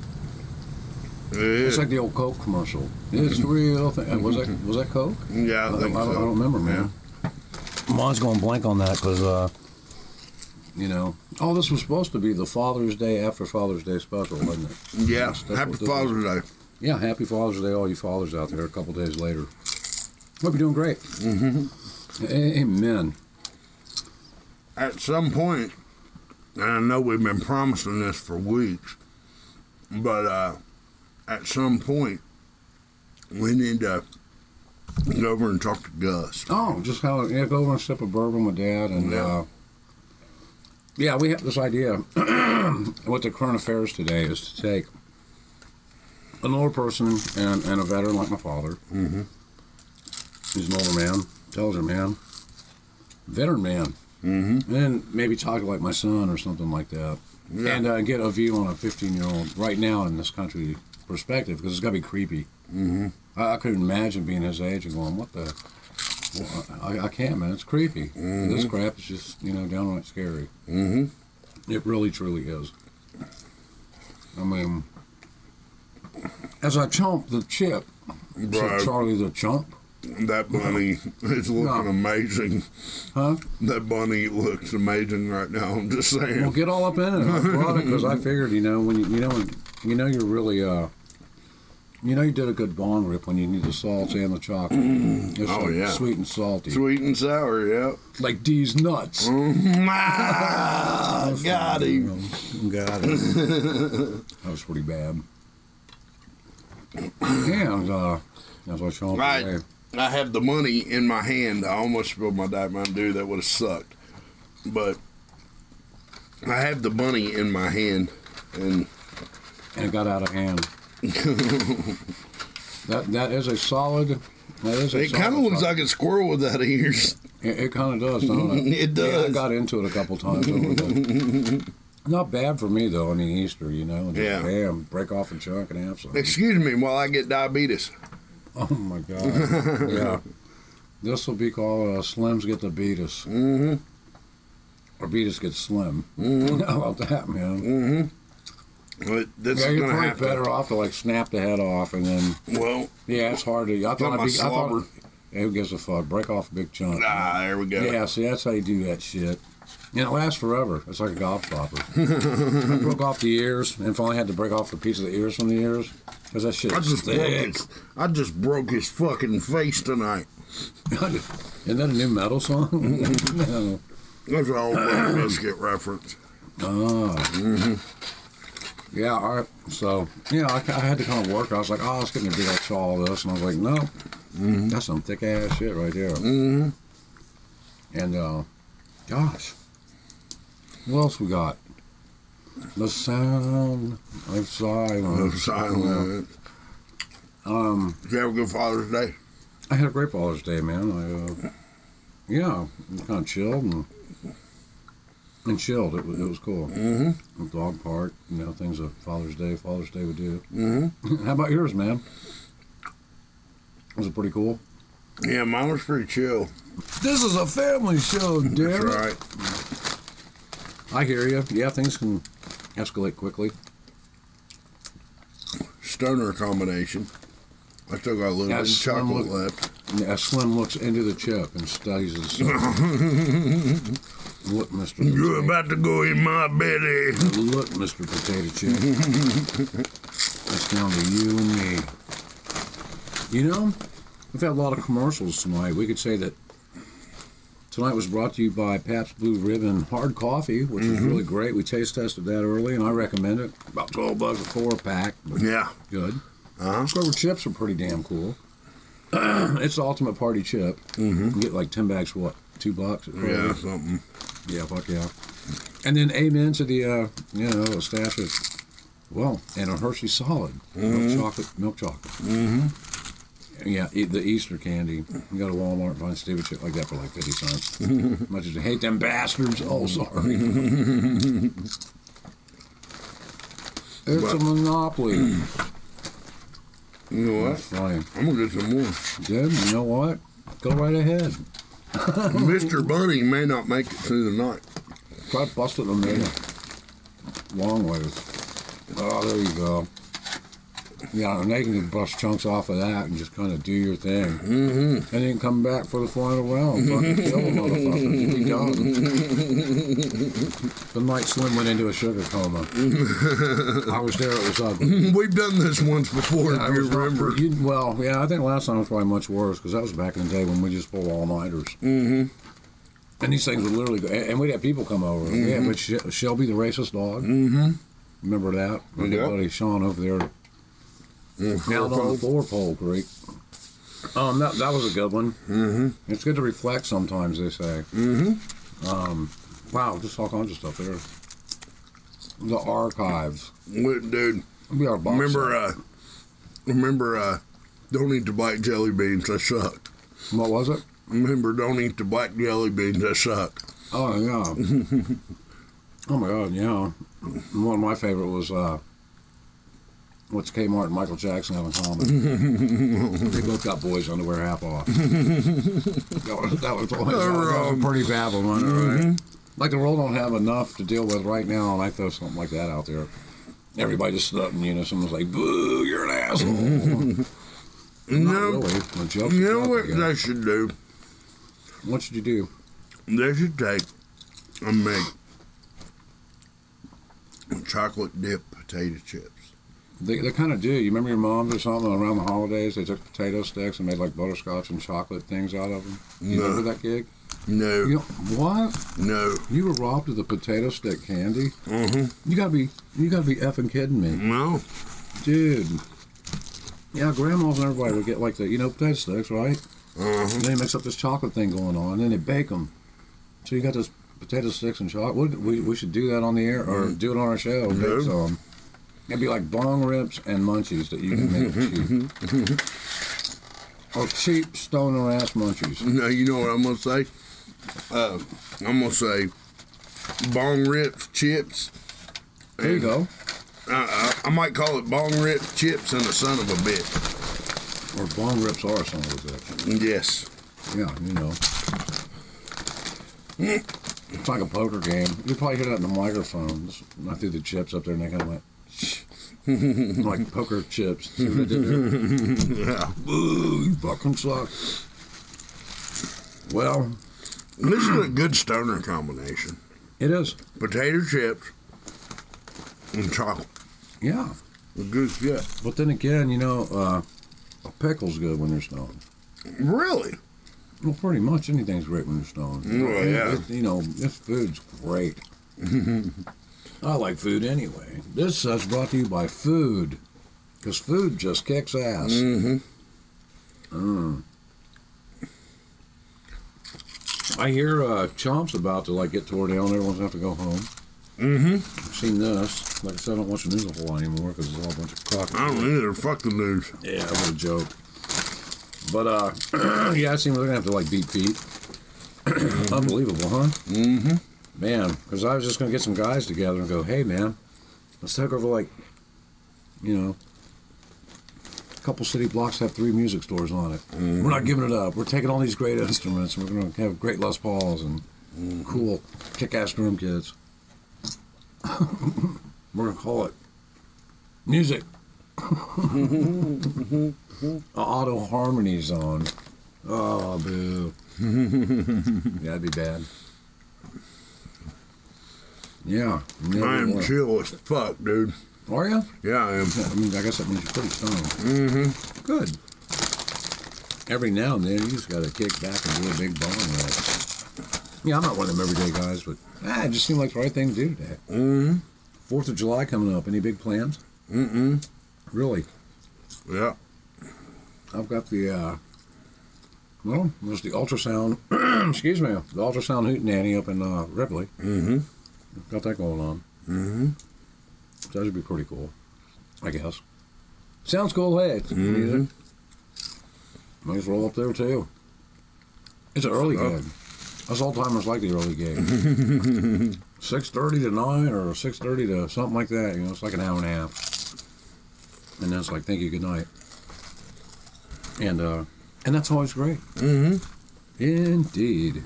Speaker 1: Yeah.
Speaker 2: It's like the old Coke commercial. It's real thing. Uh, Was that was that Coke?
Speaker 1: yeah, I,
Speaker 2: I,
Speaker 1: think
Speaker 2: don't, I
Speaker 1: so.
Speaker 2: don't remember, man. Mine's going blank on that because, uh, you know, oh, this was supposed to be the Father's Day after Father's Day special, wasn't it?
Speaker 1: Yeah.
Speaker 2: That's- that's
Speaker 1: Happy
Speaker 2: what this
Speaker 1: Father's Day.
Speaker 2: Yeah, happy Father's Day, all you fathers out there. A couple days later, hope you're doing great. Mm-hmm. Amen.
Speaker 1: At some point, and I know we've been promising this for weeks, but uh, at some point, we need to go over and talk to Gus.
Speaker 2: Oh, just how yeah, go over and sip a bourbon with Dad, and
Speaker 1: Yeah.
Speaker 2: yeah, uh, yeah we have this idea. what the current affairs today is to take an older person and, and a veteran like my father. Mm-hmm. He's an older man, intelligent man, veteran man, mm-hmm. and maybe talk like my son or something like that,
Speaker 1: Yeah.
Speaker 2: and uh, get a view on a 15 year old right now in this country perspective because it's got to be creepy. Mm-hmm. I, I couldn't imagine being his age and going, "What the." Well, I, I can't, man. It's creepy. This
Speaker 1: Mm-hmm.
Speaker 2: crap is just, you know, downright scary. Mm-hmm. It really, truly is. I mean, as I chomp the chip,
Speaker 1: Right.
Speaker 2: Charlie the chump,
Speaker 1: That bunny is looking
Speaker 2: No.
Speaker 1: amazing.
Speaker 2: huh?
Speaker 1: That bunny looks amazing right now. I'm just saying.
Speaker 2: Well, get all up in it. I brought it because I figured, you know, when you, you know, when, you know, you're really, uh, you know, you did a good bong rip when you need the salt and the chocolate. It's
Speaker 1: Oh,
Speaker 2: like
Speaker 1: yeah.
Speaker 2: sweet and salty,
Speaker 1: Sweet and sour, yeah.
Speaker 2: like these nuts.
Speaker 1: Ah, got him.
Speaker 2: Got it. that was pretty bad. And uh, that's what Sean
Speaker 1: Right. I have the money in my hand. I almost spilled my Diet Mountain Dew. That would have sucked. But I have the money in my hand. And
Speaker 2: and it got out of hand. that that is a solid. That is a
Speaker 1: it kind of
Speaker 2: solid
Speaker 1: looks
Speaker 2: pro-
Speaker 1: like a squirrel without ears.
Speaker 2: It, it kind of does, don't it?
Speaker 1: It
Speaker 2: Yeah, I
Speaker 1: does.
Speaker 2: got into it a couple times. over there. Not bad for me though. I mean Easter, you know. Just,
Speaker 1: Yeah.
Speaker 2: Bam, break off a chunk and have some.
Speaker 1: Excuse me while I get diabetes.
Speaker 2: Oh my God. yeah. This will be called uh, Slims Get the Beatus. Mm-hmm. Or Beatus Get Slim. Mm-hmm. How about that, man?
Speaker 1: Mm-hmm. But This
Speaker 2: Yeah,
Speaker 1: is
Speaker 2: you're
Speaker 1: going to
Speaker 2: probably
Speaker 1: happen.
Speaker 2: better off to like snap the head off and then.
Speaker 1: Well,
Speaker 2: Yeah, it's hard to. I
Speaker 1: Got my
Speaker 2: thought I'd be. I
Speaker 1: slobber.
Speaker 2: thought, Yeah, who gives a fuck? Break off a big chunk.
Speaker 1: ah, there we go.
Speaker 2: Yeah, see, that's how you do that shit. And it lasts forever. It's like a gobstopper. I broke off the ears and finally had to break off a piece of the ears from the ears because that shit
Speaker 1: I just broke
Speaker 2: thick.
Speaker 1: his, I just broke his fucking face tonight.
Speaker 2: Isn't that a new metal song? no.
Speaker 1: That's an old Limp biscuit reference.
Speaker 2: Oh. mm-hmm. Yeah, all right. So, you know, I, I had to kind of work. I was like, oh, it's going to be like saw all this. And I was like, no, that's some thick ass shit right there. Mm-hmm. And, uh, gosh, what else we got? The sound of
Speaker 1: I'm
Speaker 2: silence.
Speaker 1: sorry. Um,
Speaker 2: um,
Speaker 1: Did you have a good Father's Day?
Speaker 2: I had a great Father's Day, man. I, uh, yeah, kind of chilled and, and chilled. It was, it was cool. Mm-hmm. Dog park, you know, things that Father's Day, Father's Day would do. Mm-hmm. How about yours, man? Was it pretty cool?
Speaker 1: Yeah, mine was pretty chill.
Speaker 2: This is a family show,
Speaker 1: That's
Speaker 2: Derek.
Speaker 1: right.
Speaker 2: I hear you. Yeah, things can escalate quickly.
Speaker 1: Stoner combination. I still got a little
Speaker 2: Yeah,
Speaker 1: bit of
Speaker 2: Slim
Speaker 1: chocolate
Speaker 2: look-
Speaker 1: left.
Speaker 2: Yeah, Slim looks into the chip and studies his. Look, Mr.
Speaker 1: You're
Speaker 2: Potato-
Speaker 1: about to go in my belly.
Speaker 2: Look, Mr. Potato Chip. That's down to you and me. You know, we've had a lot of commercials tonight. We could say that tonight was brought to you by Pabst Blue Ribbon Hard Coffee, which is
Speaker 1: Mm-hmm.
Speaker 2: really great. We taste tested that early, and I recommend it. About 12 bucks a four pack. but
Speaker 1: Yeah. Uh-huh.
Speaker 2: Good. uh chips are pretty damn cool. it's the ultimate party chip. You can get like 10 bags for what? Two bucks? at
Speaker 1: Mm-hmm. Yeah,
Speaker 2: Kroger's?
Speaker 1: something.
Speaker 2: Yeah, fuck yeah. And then amen to the uh, you know a stash of well, and a Hershey solid milk chocolate, milk chocolate. Mm-hmm. Yeah, e- the Easter candy. You go to Walmart and find stupid shit like that for like fifty cents. Much as I hate them bastards. Oh, sorry. it's a monopoly.
Speaker 1: You know
Speaker 2: That's
Speaker 1: what?
Speaker 2: funny,
Speaker 1: I'm going to get some more.
Speaker 2: dude. You know what? Go right ahead.
Speaker 1: Mr. Bunny may not make it through the night.
Speaker 2: Try busting them in. Long ways. Oh, there you go. Yeah, and they can bust chunks off of that and just kind of do your thing. Mm-hmm. And then come back for the final round. Fucking kill the motherfuckers. You'd be done. the night Slim went into a sugar coma. I was there. It was ugly.
Speaker 1: We've done this once before,
Speaker 2: I
Speaker 1: if you
Speaker 2: was not-
Speaker 1: remember.
Speaker 2: you- well, yeah, I think last time was probably much worse because that was back in the day when we just pulled all nighters. Mm-hmm. And these things would literally go, and, and we'd have people come over. We had which Shelby the racist dog. Mm-hmm. Remember that? We had
Speaker 1: Yeah.
Speaker 2: buddy Sean over there down on the four pole creek. Um, that that was a good one. Mm-hmm. It's good to reflect sometimes. They say. Mm-hmm. Um, wow, just all kinds of stuff there. The archives.
Speaker 1: Look, Dude,
Speaker 2: We are box
Speaker 1: remember, uh, remember, uh, don't eat the black jelly beans. That suck.
Speaker 2: set. What was it?
Speaker 1: Remember, don't eat the black jelly beans. That suck.
Speaker 2: Oh yeah. oh my god, yeah. One of my favorite was uh what's Kmart and Michael Jackson have in common? they both got boys underwear half off. that was that was, always, that
Speaker 1: um,
Speaker 2: was, that was pretty bad one, wasn't it, right?
Speaker 1: Mm-hmm.
Speaker 2: Like the world don't have enough to deal with right now, and I throw something like that out there. Everybody just stood up and you know, someone's like, "Boo, you're an asshole." Not
Speaker 1: No.
Speaker 2: really. The joke's
Speaker 1: You
Speaker 2: a
Speaker 1: know
Speaker 2: joke, I
Speaker 1: what
Speaker 2: guess.
Speaker 1: they should do?
Speaker 2: What should you do?
Speaker 1: They should take and make chocolate dip potato chips.
Speaker 2: They, they kind of do. You remember your moms or something around the holidays? They took potato sticks and made like butterscotch and chocolate things out of them. You
Speaker 1: No.
Speaker 2: remember that gig?
Speaker 1: No,
Speaker 2: You know, what?
Speaker 1: no,
Speaker 2: You were robbed of the potato stick candy? Mm-hmm. You gotta be, you gotta be effing kidding me,
Speaker 1: no.
Speaker 2: dude. Yeah, grandmas and everybody would get like the, you know, potato sticks, right? And they mix up this chocolate thing going on, and then they bake them. So you got this potato sticks and chocolate. We, we should do that on the air or do it on our show.
Speaker 1: No.
Speaker 2: Bake some. It'd be like bong rips and munchies that you can make cheap. or cheap stoner ass munchies.
Speaker 1: Now you know what I'm gonna say. Uh, I'm gonna say bong rip chips.
Speaker 2: There you go.
Speaker 1: I, I, I might call it bong rip chips and a son of a bitch.
Speaker 2: Or bong rips are some of those actually.
Speaker 1: Yes.
Speaker 2: Yeah, you know. It's like a poker game. You probably hear that in the microphones. I threw the chips up there and they kind of went, like poker chips. See what I did there? Boo, you fucking suck. Well,
Speaker 1: This is a good stoner combination:
Speaker 2: it is.
Speaker 1: potato chips and chocolate.
Speaker 2: Yeah.
Speaker 1: Good shit.
Speaker 2: But then again, you know, uh, a pickle's good when you're stoned.
Speaker 1: Really?
Speaker 2: Well, pretty much anything's great when you're stoned.
Speaker 1: Well, yeah.
Speaker 2: It- you know, this food's great. I like food anyway. This is brought to you by food, because food just kicks ass. Mm. I hear uh, Chomps about to like get tore down. Everyone's gonna have to go home. Mm-hmm. I've seen this. Like I said, I don't watch the news a whole lot anymore because it's all a bunch of crap.
Speaker 1: I don't either. Fuck the news.
Speaker 2: Yeah, what a joke. But uh, yeah, I seem they're gonna have to like beat feet. Unbelievable, huh? Mm-hmm. Man, because I was just gonna get some guys together and go, hey man, let's take over like, you know, a couple city blocks have three music stores on it.
Speaker 1: Mm-hmm.
Speaker 2: We're not giving it up. We're taking all these great instruments and we're gonna have great Les Pauls and
Speaker 1: Mm-hmm.
Speaker 2: cool kick-ass drum kits. we're gonna call it music.
Speaker 1: Mm-hmm.
Speaker 2: auto harmony zone. Oh, boo. yeah, that'd be bad. Yeah.
Speaker 1: I
Speaker 2: yeah, we
Speaker 1: am
Speaker 2: would.
Speaker 1: chill as fuck, dude.
Speaker 2: Are you?
Speaker 1: Yeah, I am.
Speaker 2: I mean, I guess that means you're pretty stoned. Mm-hmm. Good. Every now and then, you just got to kick back and do a big bong ride. Yeah, I'm not one of them everyday guys, but ah, it just seemed like the right thing to do today. Mm-hmm. Fourth of July coming up. Any big plans? Mm-mm. Really?
Speaker 1: Yeah.
Speaker 2: I've got the uh, well, it was the ultrasound. excuse me, the ultrasound hootenanny up in uh, Ripley. Mm-hmm. Got that going on. Mm-hmm. That should be pretty cool, I guess. Sounds cool, hey. It's Music. Might as well up there too. It's an early
Speaker 1: Oh.
Speaker 2: gig. Us old timers like the early gig. six thirty to nine or six thirty to something like that. You know, it's like an hour and a half. And that's like, thank you, good night and uh, and that's always great. Mm-hmm. Indeed,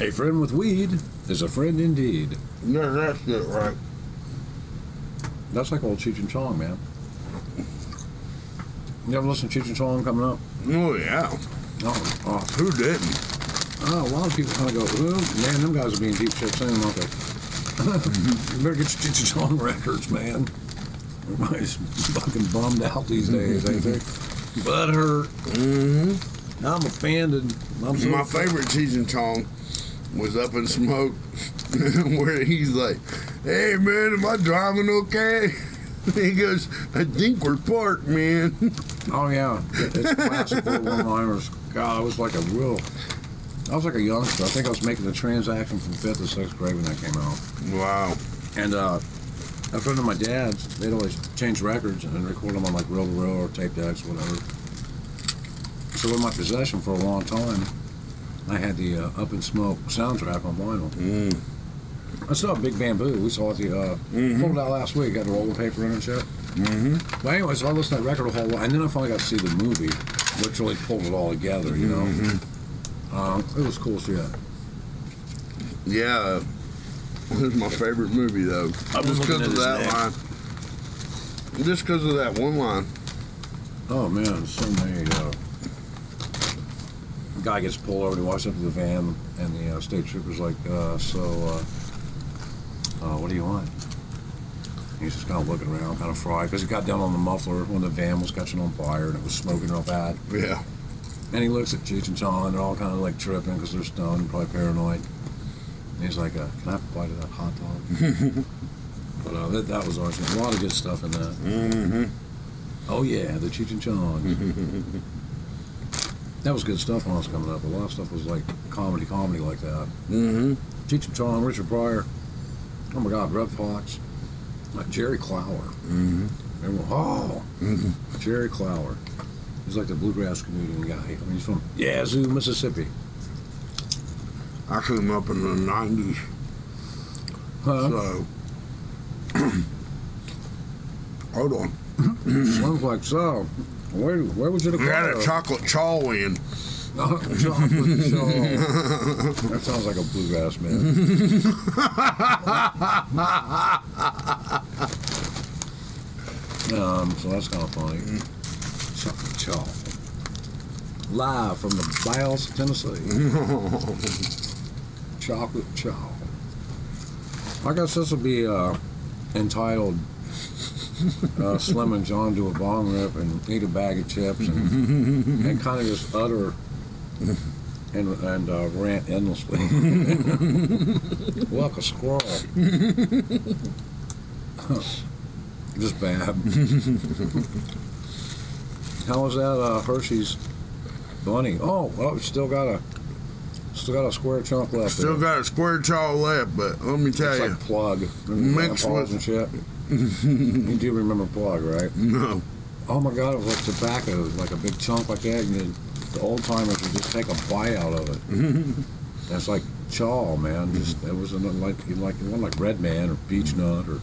Speaker 2: a friend with weed is a friend indeed.
Speaker 1: Yeah, that's it, right?
Speaker 2: That's like old Cheech and Chong, man. You ever listen to Cheech and Chong coming up?
Speaker 1: Oh, yeah.
Speaker 2: Oh, oh,
Speaker 1: Who didn't?
Speaker 2: oh, a lot of people kind of go, "Ooh, man, them guys are being deep shit soon, aren't they? you better get your Cheech and Chong records, man. Everybody's fucking bummed out these days, ain't they? Butthurt. Mm-hmm. I'm offended. I'm so
Speaker 1: My favorite Cheech and Chong was up in smoke, where he's like, "Hey man, am I driving okay?" He goes, "I think we're parked, man."
Speaker 2: Oh yeah, it's classic for one-liners. God, I was like a real. I was like a youngster. I think I was making the transaction from fifth to sixth grade when that came out.
Speaker 1: Wow.
Speaker 2: And uh, a friend of my dad's, they'd always change records and record them on like reel to reel or tape decks, whatever. So in my possession for a long time, I had the uh, Up in Smoke soundtrack on vinyl. Mm. I still have Big Bamboo. We saw it the uh, pulled it out last week. Got the rolling paper in and shit. But anyway, so I listened to that record a whole lot, and then I finally got to see the movie, which really pulled it all together. You know, um, it was cool shit.
Speaker 1: Yeah. This is my favorite movie though.
Speaker 2: I'm
Speaker 1: just
Speaker 2: looking
Speaker 1: because
Speaker 2: at
Speaker 1: of
Speaker 2: his
Speaker 1: that
Speaker 2: neck.
Speaker 1: line. Just because of that one line.
Speaker 2: Oh man, so many. Uh, guy gets pulled over. He walks up to the van, and the uh, state trooper's like, uh, "So, uh, uh, what do you want?" He's just kind of looking around, kind of fried, because he got down on the muffler when the van was catching on fire and it was smoking real bad.
Speaker 1: Yeah.
Speaker 2: And he looks at Cheech and Chong, and they're all kind of like tripping because they're stoned and probably paranoid. And he's like, uh, "Can I have a bite of that hot dog?" but uh, that, that was awesome. A lot of good stuff in that. Mm-hmm. Oh yeah, the Cheech and Chong. that was good stuff when I was coming up. A lot of stuff was like comedy, comedy like that. Mm-hmm. Cheech and Chong, Richard Pryor. Oh my God, Red Fox, like Jerry Clower. Mm-hmm. Everyone, oh, Jerry Clower. He's like the bluegrass comedian guy. I mean, he's from Yazoo, Mississippi.
Speaker 1: I came up in the '90s,
Speaker 2: Huh?
Speaker 1: so hold on.
Speaker 2: Sounds like so. Where, where was it?
Speaker 1: We had a chocolate chaw in.
Speaker 2: chocolate show. that sounds like a bluegrass man. um, so that's kind of funny. Chocolate chow. Live from the Biles, Tennessee. chocolate chow. I guess this will be uh, entitled uh, Slim and John do a bong rip and eat a bag of chips and, and kind of just utter and, and uh, rant endlessly. like a squirrel. Just bad. How was that uh, Hershey's bunny? Oh, well, we still got a still got a square chunk left.
Speaker 1: Still
Speaker 2: there.
Speaker 1: got a square jaw left, but let me tell
Speaker 2: It's
Speaker 1: you,
Speaker 2: like plug. Remember
Speaker 1: Mixed
Speaker 2: grandpas
Speaker 1: with-
Speaker 2: and shit. you do remember plug, right?
Speaker 1: no.
Speaker 2: Oh my God, it was like tobacco, it was like a big chunk like that, and then the old timers would just take a bite out of it. That's like chaw, man. Just that was another like you like it wasn't like Red Man or Beech Nut or, or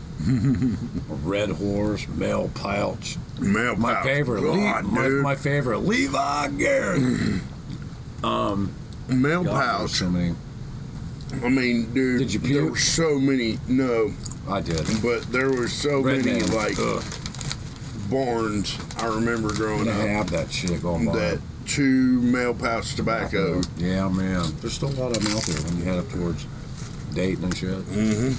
Speaker 2: Red Horse, Mel Pouch.
Speaker 1: Male
Speaker 2: My
Speaker 1: power.
Speaker 2: favorite,
Speaker 1: God,
Speaker 2: Le- my,
Speaker 1: dude.
Speaker 2: my favorite, Levi Garrett.
Speaker 1: male
Speaker 2: God, there were
Speaker 1: pals.
Speaker 2: so many.
Speaker 1: I mean, dude,
Speaker 2: Did you
Speaker 1: there
Speaker 2: puke?
Speaker 1: were so many. No,
Speaker 2: I did.
Speaker 1: but there were so
Speaker 2: Red
Speaker 1: many
Speaker 2: Man.
Speaker 1: like
Speaker 2: Ugh,
Speaker 1: barns I remember
Speaker 2: I'm
Speaker 1: growing
Speaker 2: gonna
Speaker 1: up
Speaker 2: have that shit going by.
Speaker 1: that two male pouch tobacco.
Speaker 2: Yeah, man. There's still a lot of them out there when you head up towards Dayton and shit. Mm-hmm.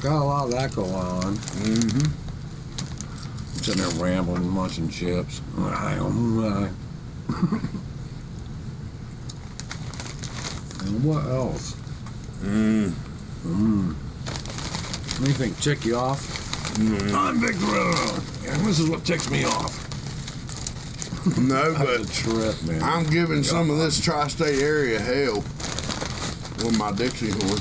Speaker 2: Got a lot of that going on. Mm-hmm. Sitting there rambling, munching chips. And what else? Mmm. Mmm. Anything tick you off? I'm Big Gorilla, and this is what ticks me off.
Speaker 1: No,
Speaker 2: That's a
Speaker 1: but
Speaker 2: trip, man.
Speaker 1: I'm giving some of this tri-state area hell with my Dixie horn.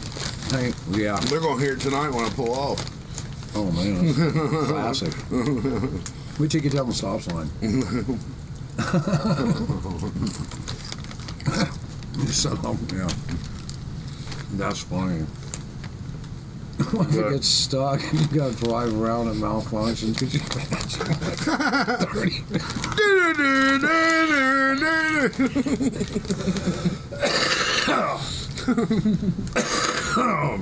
Speaker 2: Hey, yeah.
Speaker 1: They're gonna hear it tonight when I pull off.
Speaker 2: Oh man, classic. We take you down the stop sign. so, yeah, that's funny. When you
Speaker 1: But-
Speaker 2: get stuck and you gotta drive around and malfunction, could you imagine? like, 30 Oh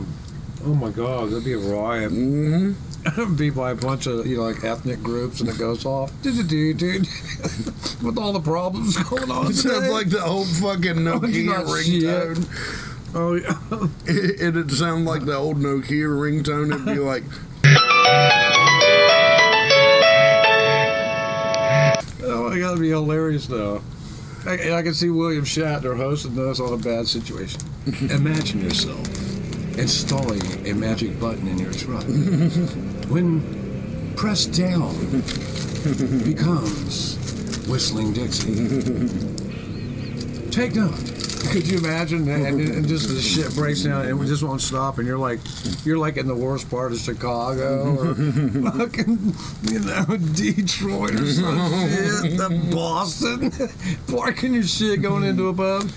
Speaker 2: my god, that'd be a riot. Mm-hmm. be by a bunch of you know like ethnic groups, and it goes off. Dude, with all the problems going on.
Speaker 1: Sounds
Speaker 2: today.
Speaker 1: like the old fucking
Speaker 2: you
Speaker 1: Nokia
Speaker 2: not see it?
Speaker 1: ringtone.
Speaker 2: oh yeah.
Speaker 1: It, it'd sound like the old Nokia ringtone. It'd be like,
Speaker 2: Oh, it gotta be hilarious though. I, I can see William Shatner hosting us on a bad situation. Imagine yourself installing a magic button in your truck. when pressed down, becomes Whistling Dixie. Take note. Could you imagine? And, and just the shit breaks down, and we just won't stop. And you're like, you're like in the worst part of Chicago, or fucking, you know, Detroit or some shit, the Boston, parking your shit going into a pub.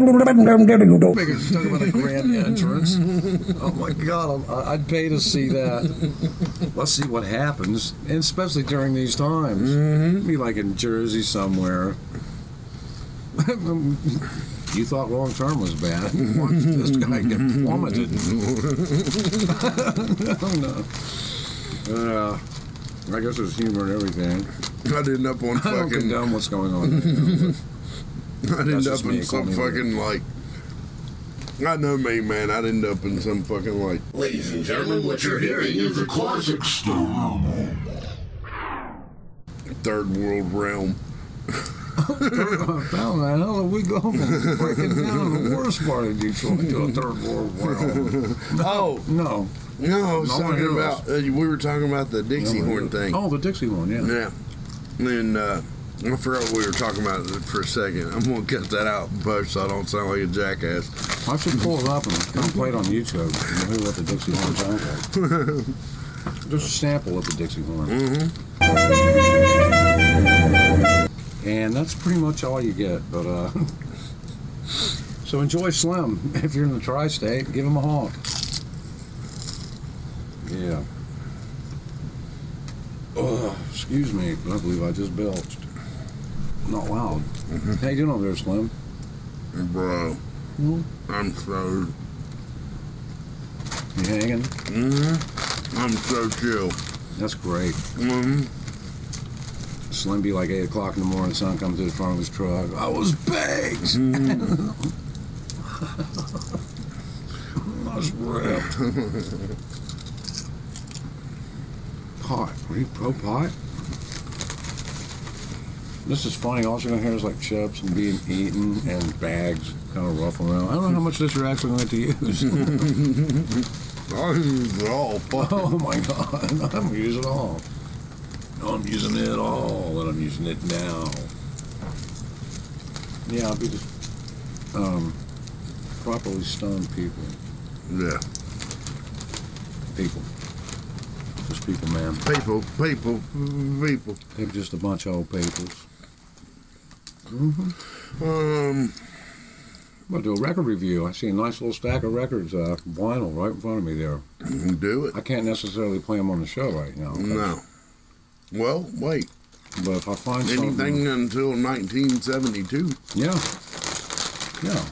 Speaker 2: Make it talk about a grand entrance. Oh my god, I'm- I- I'd pay to see that. Let's see what happens, and especially during these times. Be like in Jersey somewhere. you thought long term was bad. Watch this guy get plummeted. oh no. Uh, I guess there's humor in everything.
Speaker 1: I'd end up on
Speaker 2: I don't
Speaker 1: fucking,
Speaker 2: condone what's going on. right now.
Speaker 1: I'd
Speaker 2: That's
Speaker 1: end
Speaker 2: just
Speaker 1: up
Speaker 2: me,
Speaker 1: in
Speaker 2: call
Speaker 1: some
Speaker 2: me
Speaker 1: fucking like, I know me, man. I'd end up in some fucking like,
Speaker 4: Ladies and gentlemen, what you're hearing is a classic storm.
Speaker 1: third world realm.
Speaker 2: Well, man, how do we go from breaking down the worst part of Detroit to a third world world?
Speaker 1: Oh
Speaker 2: No.
Speaker 1: no, I was
Speaker 2: No, I
Speaker 1: talking
Speaker 2: hear
Speaker 1: about uh, we were talking about the Dixie horn thing.
Speaker 2: Oh, the Dixie one, yeah.
Speaker 1: Yeah, and uh, I forgot what we were talking about for a second. I'm gonna cut that out, but so I don't sound like a jackass.
Speaker 2: I should pull it up and come play it on YouTube and hear what the Dixie horn sounds like. Just a sample of the Dixie horn. And that's pretty much all you get. But uh, so enjoy Slim if you're in the tri-state. Give him a honk. Yeah. Oh, excuse me. I believe I just belched. Not loud. How you doing over there, Slim?
Speaker 1: Bro,
Speaker 4: Hmm?
Speaker 1: I'm so
Speaker 2: You hanging?
Speaker 1: I'm so chill.
Speaker 2: That's great.
Speaker 1: hmm
Speaker 2: Slim be like eight o'clock in the morning. Son comes to the front of his truck. I was baked. I was ripped. pot. Are you pro pot? This is funny. All you're gonna hear is like chips and being eaten and bags kind of ruffling around. I don't know how much this you're actually going to use.
Speaker 1: Oh, this is all fucking-
Speaker 2: oh my god, I'm using it all. I'm using it all, and I'm using it now. Yeah, I'll be just um, properly stoned people.
Speaker 1: Yeah.
Speaker 2: People. Just people, man.
Speaker 1: People, people, people.
Speaker 2: They're just a bunch of old peoples.
Speaker 1: Um,
Speaker 2: I'm gonna do a record review. I see a nice little stack of records, uh, vinyl, right in front of me there.
Speaker 1: do it.
Speaker 2: I can't necessarily play them on the show right now.
Speaker 1: No. Well, wait.
Speaker 2: But if I find
Speaker 1: Anything
Speaker 2: something,
Speaker 1: until 1972.
Speaker 2: yeah, yeah,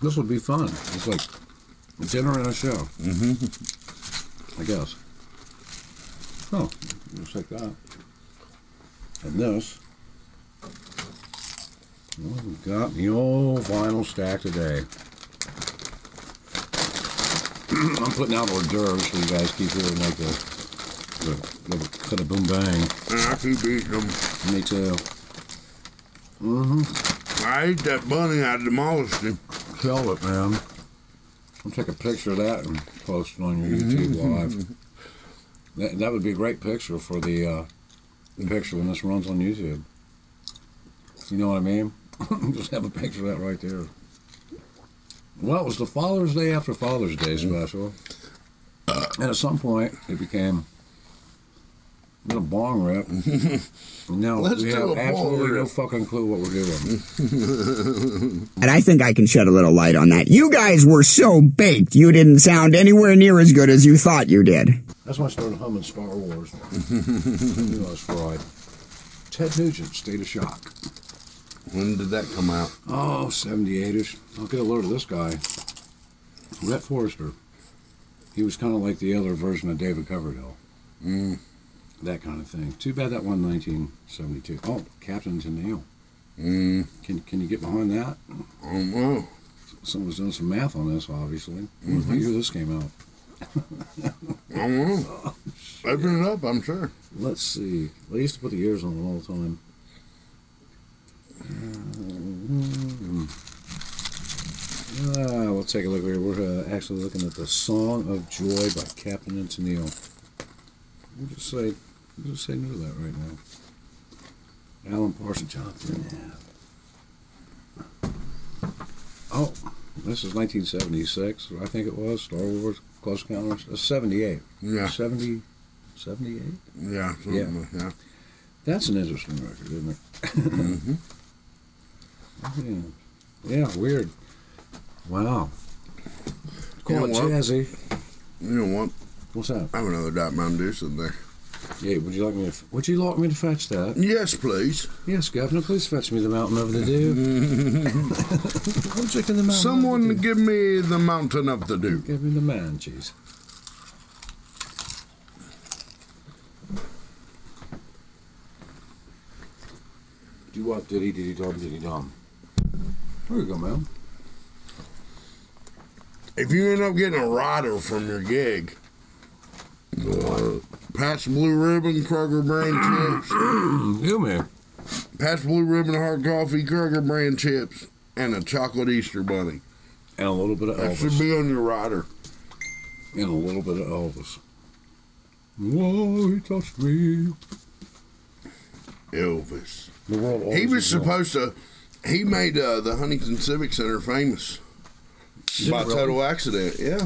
Speaker 2: this would be fun. It's like a dinner and a show. Mm-hmm. I guess. Oh, just like that. And this. Well, we've got the old vinyl stack today. I'm putting out hors d'oeuvres so you guys keep hearing like the the, the cut a boom bang.
Speaker 1: And I um, keep eating them.
Speaker 2: Me too.
Speaker 1: I ate that bunny. I demolished him.
Speaker 2: Sell it, man. I'll take a picture of that and post it on your YouTube
Speaker 1: Mm-hmm.
Speaker 2: live. That, that would be a great picture for the uh, picture when this runs on YouTube. You know what I mean? Just have a picture of that right there. Well, it was the Father's Day after Father's Day
Speaker 1: Mm-hmm.
Speaker 2: special. And at some point, it became a little bong rip. No,
Speaker 1: Let's
Speaker 2: we
Speaker 1: do a
Speaker 2: have
Speaker 1: bong
Speaker 2: absolutely no
Speaker 1: rip.
Speaker 2: fucking clue what we're doing.
Speaker 5: And I think I can shed a little light on that. You guys were so baked, you didn't sound anywhere near as good as you thought you did.
Speaker 2: That's when I started humming Star Wars. I knew I was fried. Ted Nugent, State of Shock.
Speaker 1: When did that come out?
Speaker 2: Oh, 78-ish. I'll get a load of this guy. Rhett Forrester. He was kind of like the other version of David Coverdale. Mm. That kind of thing. Too bad that one 1972. Oh, Captain Tennille. Mm. Can, can you get behind that?
Speaker 1: I don't know.
Speaker 2: Someone's doing some math on this, obviously. What year this came out?
Speaker 1: I don't know. Open it up, I'm sure.
Speaker 2: Let's see. They used to put the years on them all the time. Uh, we'll take a look here. We're uh, actually looking at the "Song of Joy" by Captain and Tennille. We'll just say, we'll just say no to that right now. Alan Parsons Johnson. yeah. Oh, this is 1976. I think it was Star Wars Close Encounters. Uh, 78.
Speaker 1: Yeah.
Speaker 2: 70, 78.
Speaker 1: Yeah. something like that.
Speaker 2: That's an interesting record, isn't it? Mm-hmm. yeah. yeah, weird. Wow.
Speaker 1: You
Speaker 2: Call it
Speaker 1: know what?
Speaker 2: jazzy.
Speaker 1: You know what?
Speaker 2: What's that?
Speaker 1: I have another Diet Mountain Dew sitting there.
Speaker 2: Yeah, would you like me to? Would you like me to fetch that?
Speaker 1: Yes, please.
Speaker 2: Yes, Governor. Please fetch me the mountain of the dew. I'm drinking the mountain. of the
Speaker 1: Someone
Speaker 2: Dew.
Speaker 1: give me the mountain of the dew.
Speaker 2: give me the man cheese. Do what? Diddy diddy dum diddy dum. There you go, man.
Speaker 1: If you end up getting a rider from your gig, pass the blue ribbon, Kroger brand chips,
Speaker 2: You man.
Speaker 1: pass the blue ribbon hard coffee, Kroger brand chips, and a chocolate Easter bunny.
Speaker 2: And a little bit of
Speaker 1: That
Speaker 2: Elvis.
Speaker 1: should be on your rider.
Speaker 2: and a little bit of Elvis. Whoa, he touched me.
Speaker 1: Elvis.
Speaker 2: The world always
Speaker 1: He was
Speaker 2: is wrong.
Speaker 1: supposed to. He made uh, the Huntington Civic Center famous by
Speaker 2: Really?
Speaker 1: total accident. Yeah,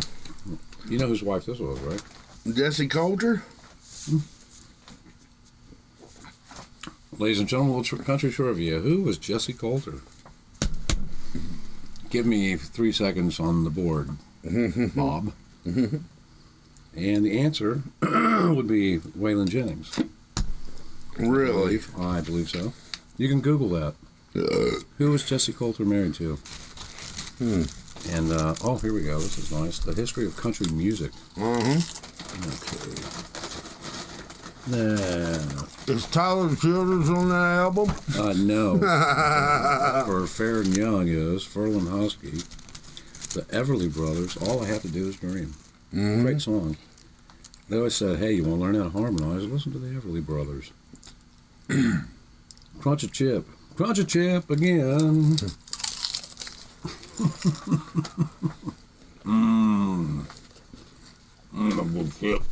Speaker 2: You know whose wife this was, right?
Speaker 1: Jesse Coulter.
Speaker 2: Ladies and gentlemen, Old Tr- Country Trivia. Who was Jesse Coulter? Give me three seconds on the board, Bob. and the answer would be Waylon Jennings.
Speaker 1: Really?
Speaker 2: I believe so. You can Google that.
Speaker 1: Uh,
Speaker 2: Who was Jesse Coulter married to? And, uh, oh, here we go. This is nice. The history of country music.
Speaker 1: huh
Speaker 2: Okay. Nah.
Speaker 1: Is Tyler Childers on that album?
Speaker 2: Uh, no. For Fair and Young is Ferlin Husky, Mm-hmm. the Everly Brothers, All I Have to Do Is Dream. Great song. They always said, hey, you want to learn how to harmonize? Listen to the Everly Brothers. Crunch a chip. Crunch a chip again. Mmm. Mmm, a good chip.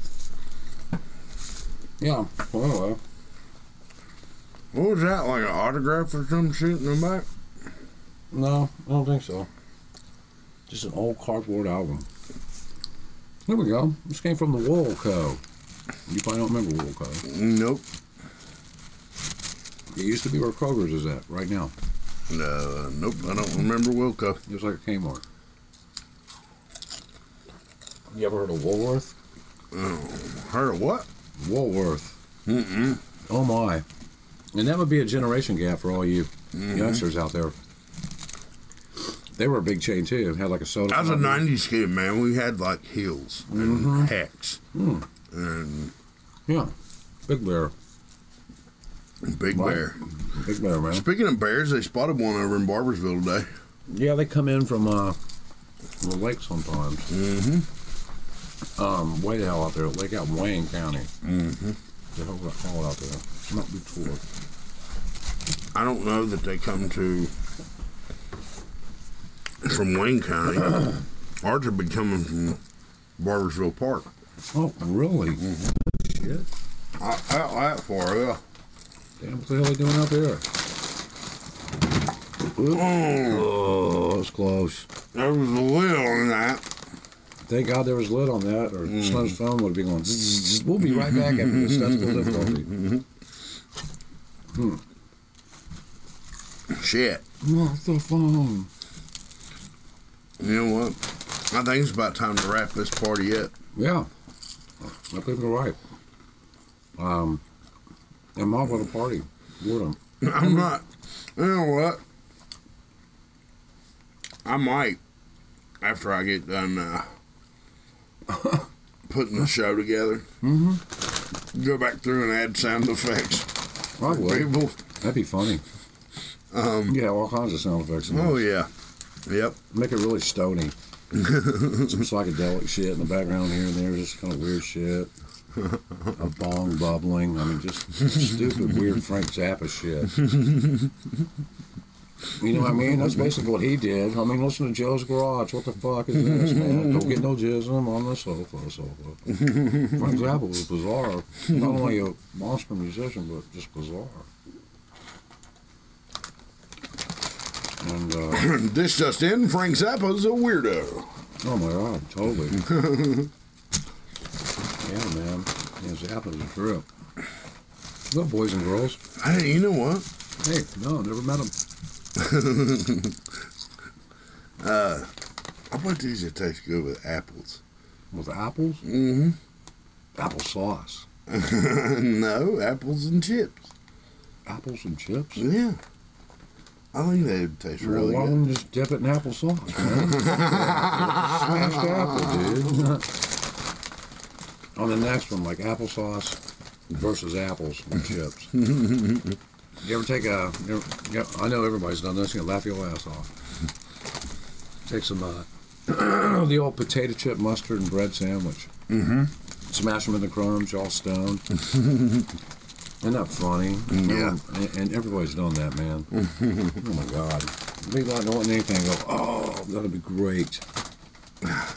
Speaker 2: Yeah, well, well.
Speaker 1: What was that? Like an autograph or some shit in the back?
Speaker 2: No, I don't think so. Just an old cardboard album. There we go. This came from the Woolco. You probably don't remember Woolco.
Speaker 1: Nope.
Speaker 2: It used to be where Kroger's is at right now.
Speaker 1: No, Uh, nope. I don't remember Wilco.
Speaker 2: It was like a Kmart. You ever heard of Woolworth?
Speaker 1: Um, Heard of what?
Speaker 2: Woolworth.
Speaker 1: Mm-mm.
Speaker 2: Oh my. And that would be a generation gap for all you youngsters out there. They were a big chain too. Had like a soda.
Speaker 1: I was a
Speaker 2: fountain.
Speaker 1: '90s kid, man. We had like heels and hats and
Speaker 2: Yeah. Big bear.
Speaker 1: Big
Speaker 2: Right.
Speaker 1: Bear.
Speaker 2: Big bear, man.
Speaker 1: Speaking of bears, they spotted one over in Barbersville today.
Speaker 2: Yeah, they come in from uh, the lake sometimes. Mm-hmm. Um, way the hell out there, Lake out in Wayne County. Mm-hmm. They hold that hell out there. It's not Detroit.
Speaker 1: I don't know that they come to from Wayne County. Ours have been coming from Barbersville Park.
Speaker 2: Oh, really? Shit.
Speaker 1: Out, out that far, yeah.
Speaker 2: Damn, what the hell are they doing out there? Oh, that's close.
Speaker 1: There was a lid on that.
Speaker 2: Thank God there was lid on that, or Slim's phone would be going. zzz, zzz. We'll be right back after this technical difficulty.
Speaker 1: Shit.
Speaker 2: Not the phone.
Speaker 1: You know what? I think it's about time to wrap this party up.
Speaker 2: Yeah, I think you're right. Um, I'm off at a party. Boredom.
Speaker 1: I'm not. You know what? I might, after I get done uh, putting the show together, mm-hmm. Oh, go back through and add sound effects.
Speaker 2: I would.
Speaker 1: People.
Speaker 2: That'd be funny. Um, yeah, all kinds of sound effects. in
Speaker 1: Oh,
Speaker 2: there.
Speaker 1: yeah. Yep.
Speaker 2: Make it really stony. Some psychedelic shit in the background here and there, just kind of weird shit. A bong bubbling. I mean, just stupid, weird Frank Zappa shit. You know what I mean? That's basically what he did. I mean, listen to Joe's Garage. What the fuck is this, man? Don't get no jism on the sofa, sofa. Frank Zappa was bizarre. Not only a monster musician, but just bizarre. And, uh,
Speaker 1: this just in Frank Zappa's a weirdo.
Speaker 2: Oh my god, totally. yeah, man. It's happened to trip. Look, boys and girls.
Speaker 1: Hey, you know what?
Speaker 2: Hey, no, never met him.
Speaker 1: I bet these would taste good with apples.
Speaker 2: With apples? Mm-hmm. Applesauce.
Speaker 1: no, apples and chips.
Speaker 2: Apples and chips?
Speaker 1: Yeah. I think they would taste
Speaker 2: Well,
Speaker 1: really
Speaker 2: why
Speaker 1: good.
Speaker 2: don't you just dip it in applesauce, man? Smashed apple, dude. on the next one, like applesauce versus apples and chips. you ever take a? You ever, yeah, I know everybody's done this. You laugh your ass off. Take some uh, the old potato chip mustard and bread sandwich. Mm-hmm. Smash them in the crumbs, y'all stoned. Isn't that funny?
Speaker 1: Yeah.
Speaker 2: And, and everybody's done that, man. oh my God. Be like don't want anything. Go, oh, that'll be great.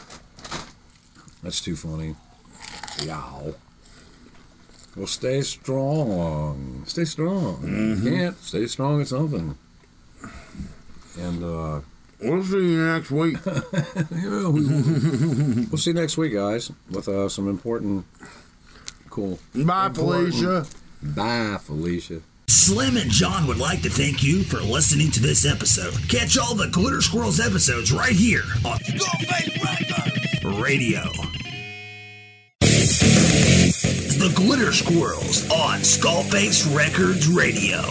Speaker 2: That's too funny. Yow. Well, stay strong. Stay strong. You can't stay strong at something. And uh,
Speaker 1: We'll see you next week.
Speaker 2: yeah, we will. we'll see you next week, guys, with uh, some important, cool.
Speaker 1: Bye,
Speaker 2: important-
Speaker 1: Felicia.
Speaker 2: Bye, Felicia.
Speaker 3: Slim and John would like to thank you for listening to this episode. Catch all the Glitter Squirrels episodes right here on Radio. The Glitter Squirrels on Skullface Records Radio.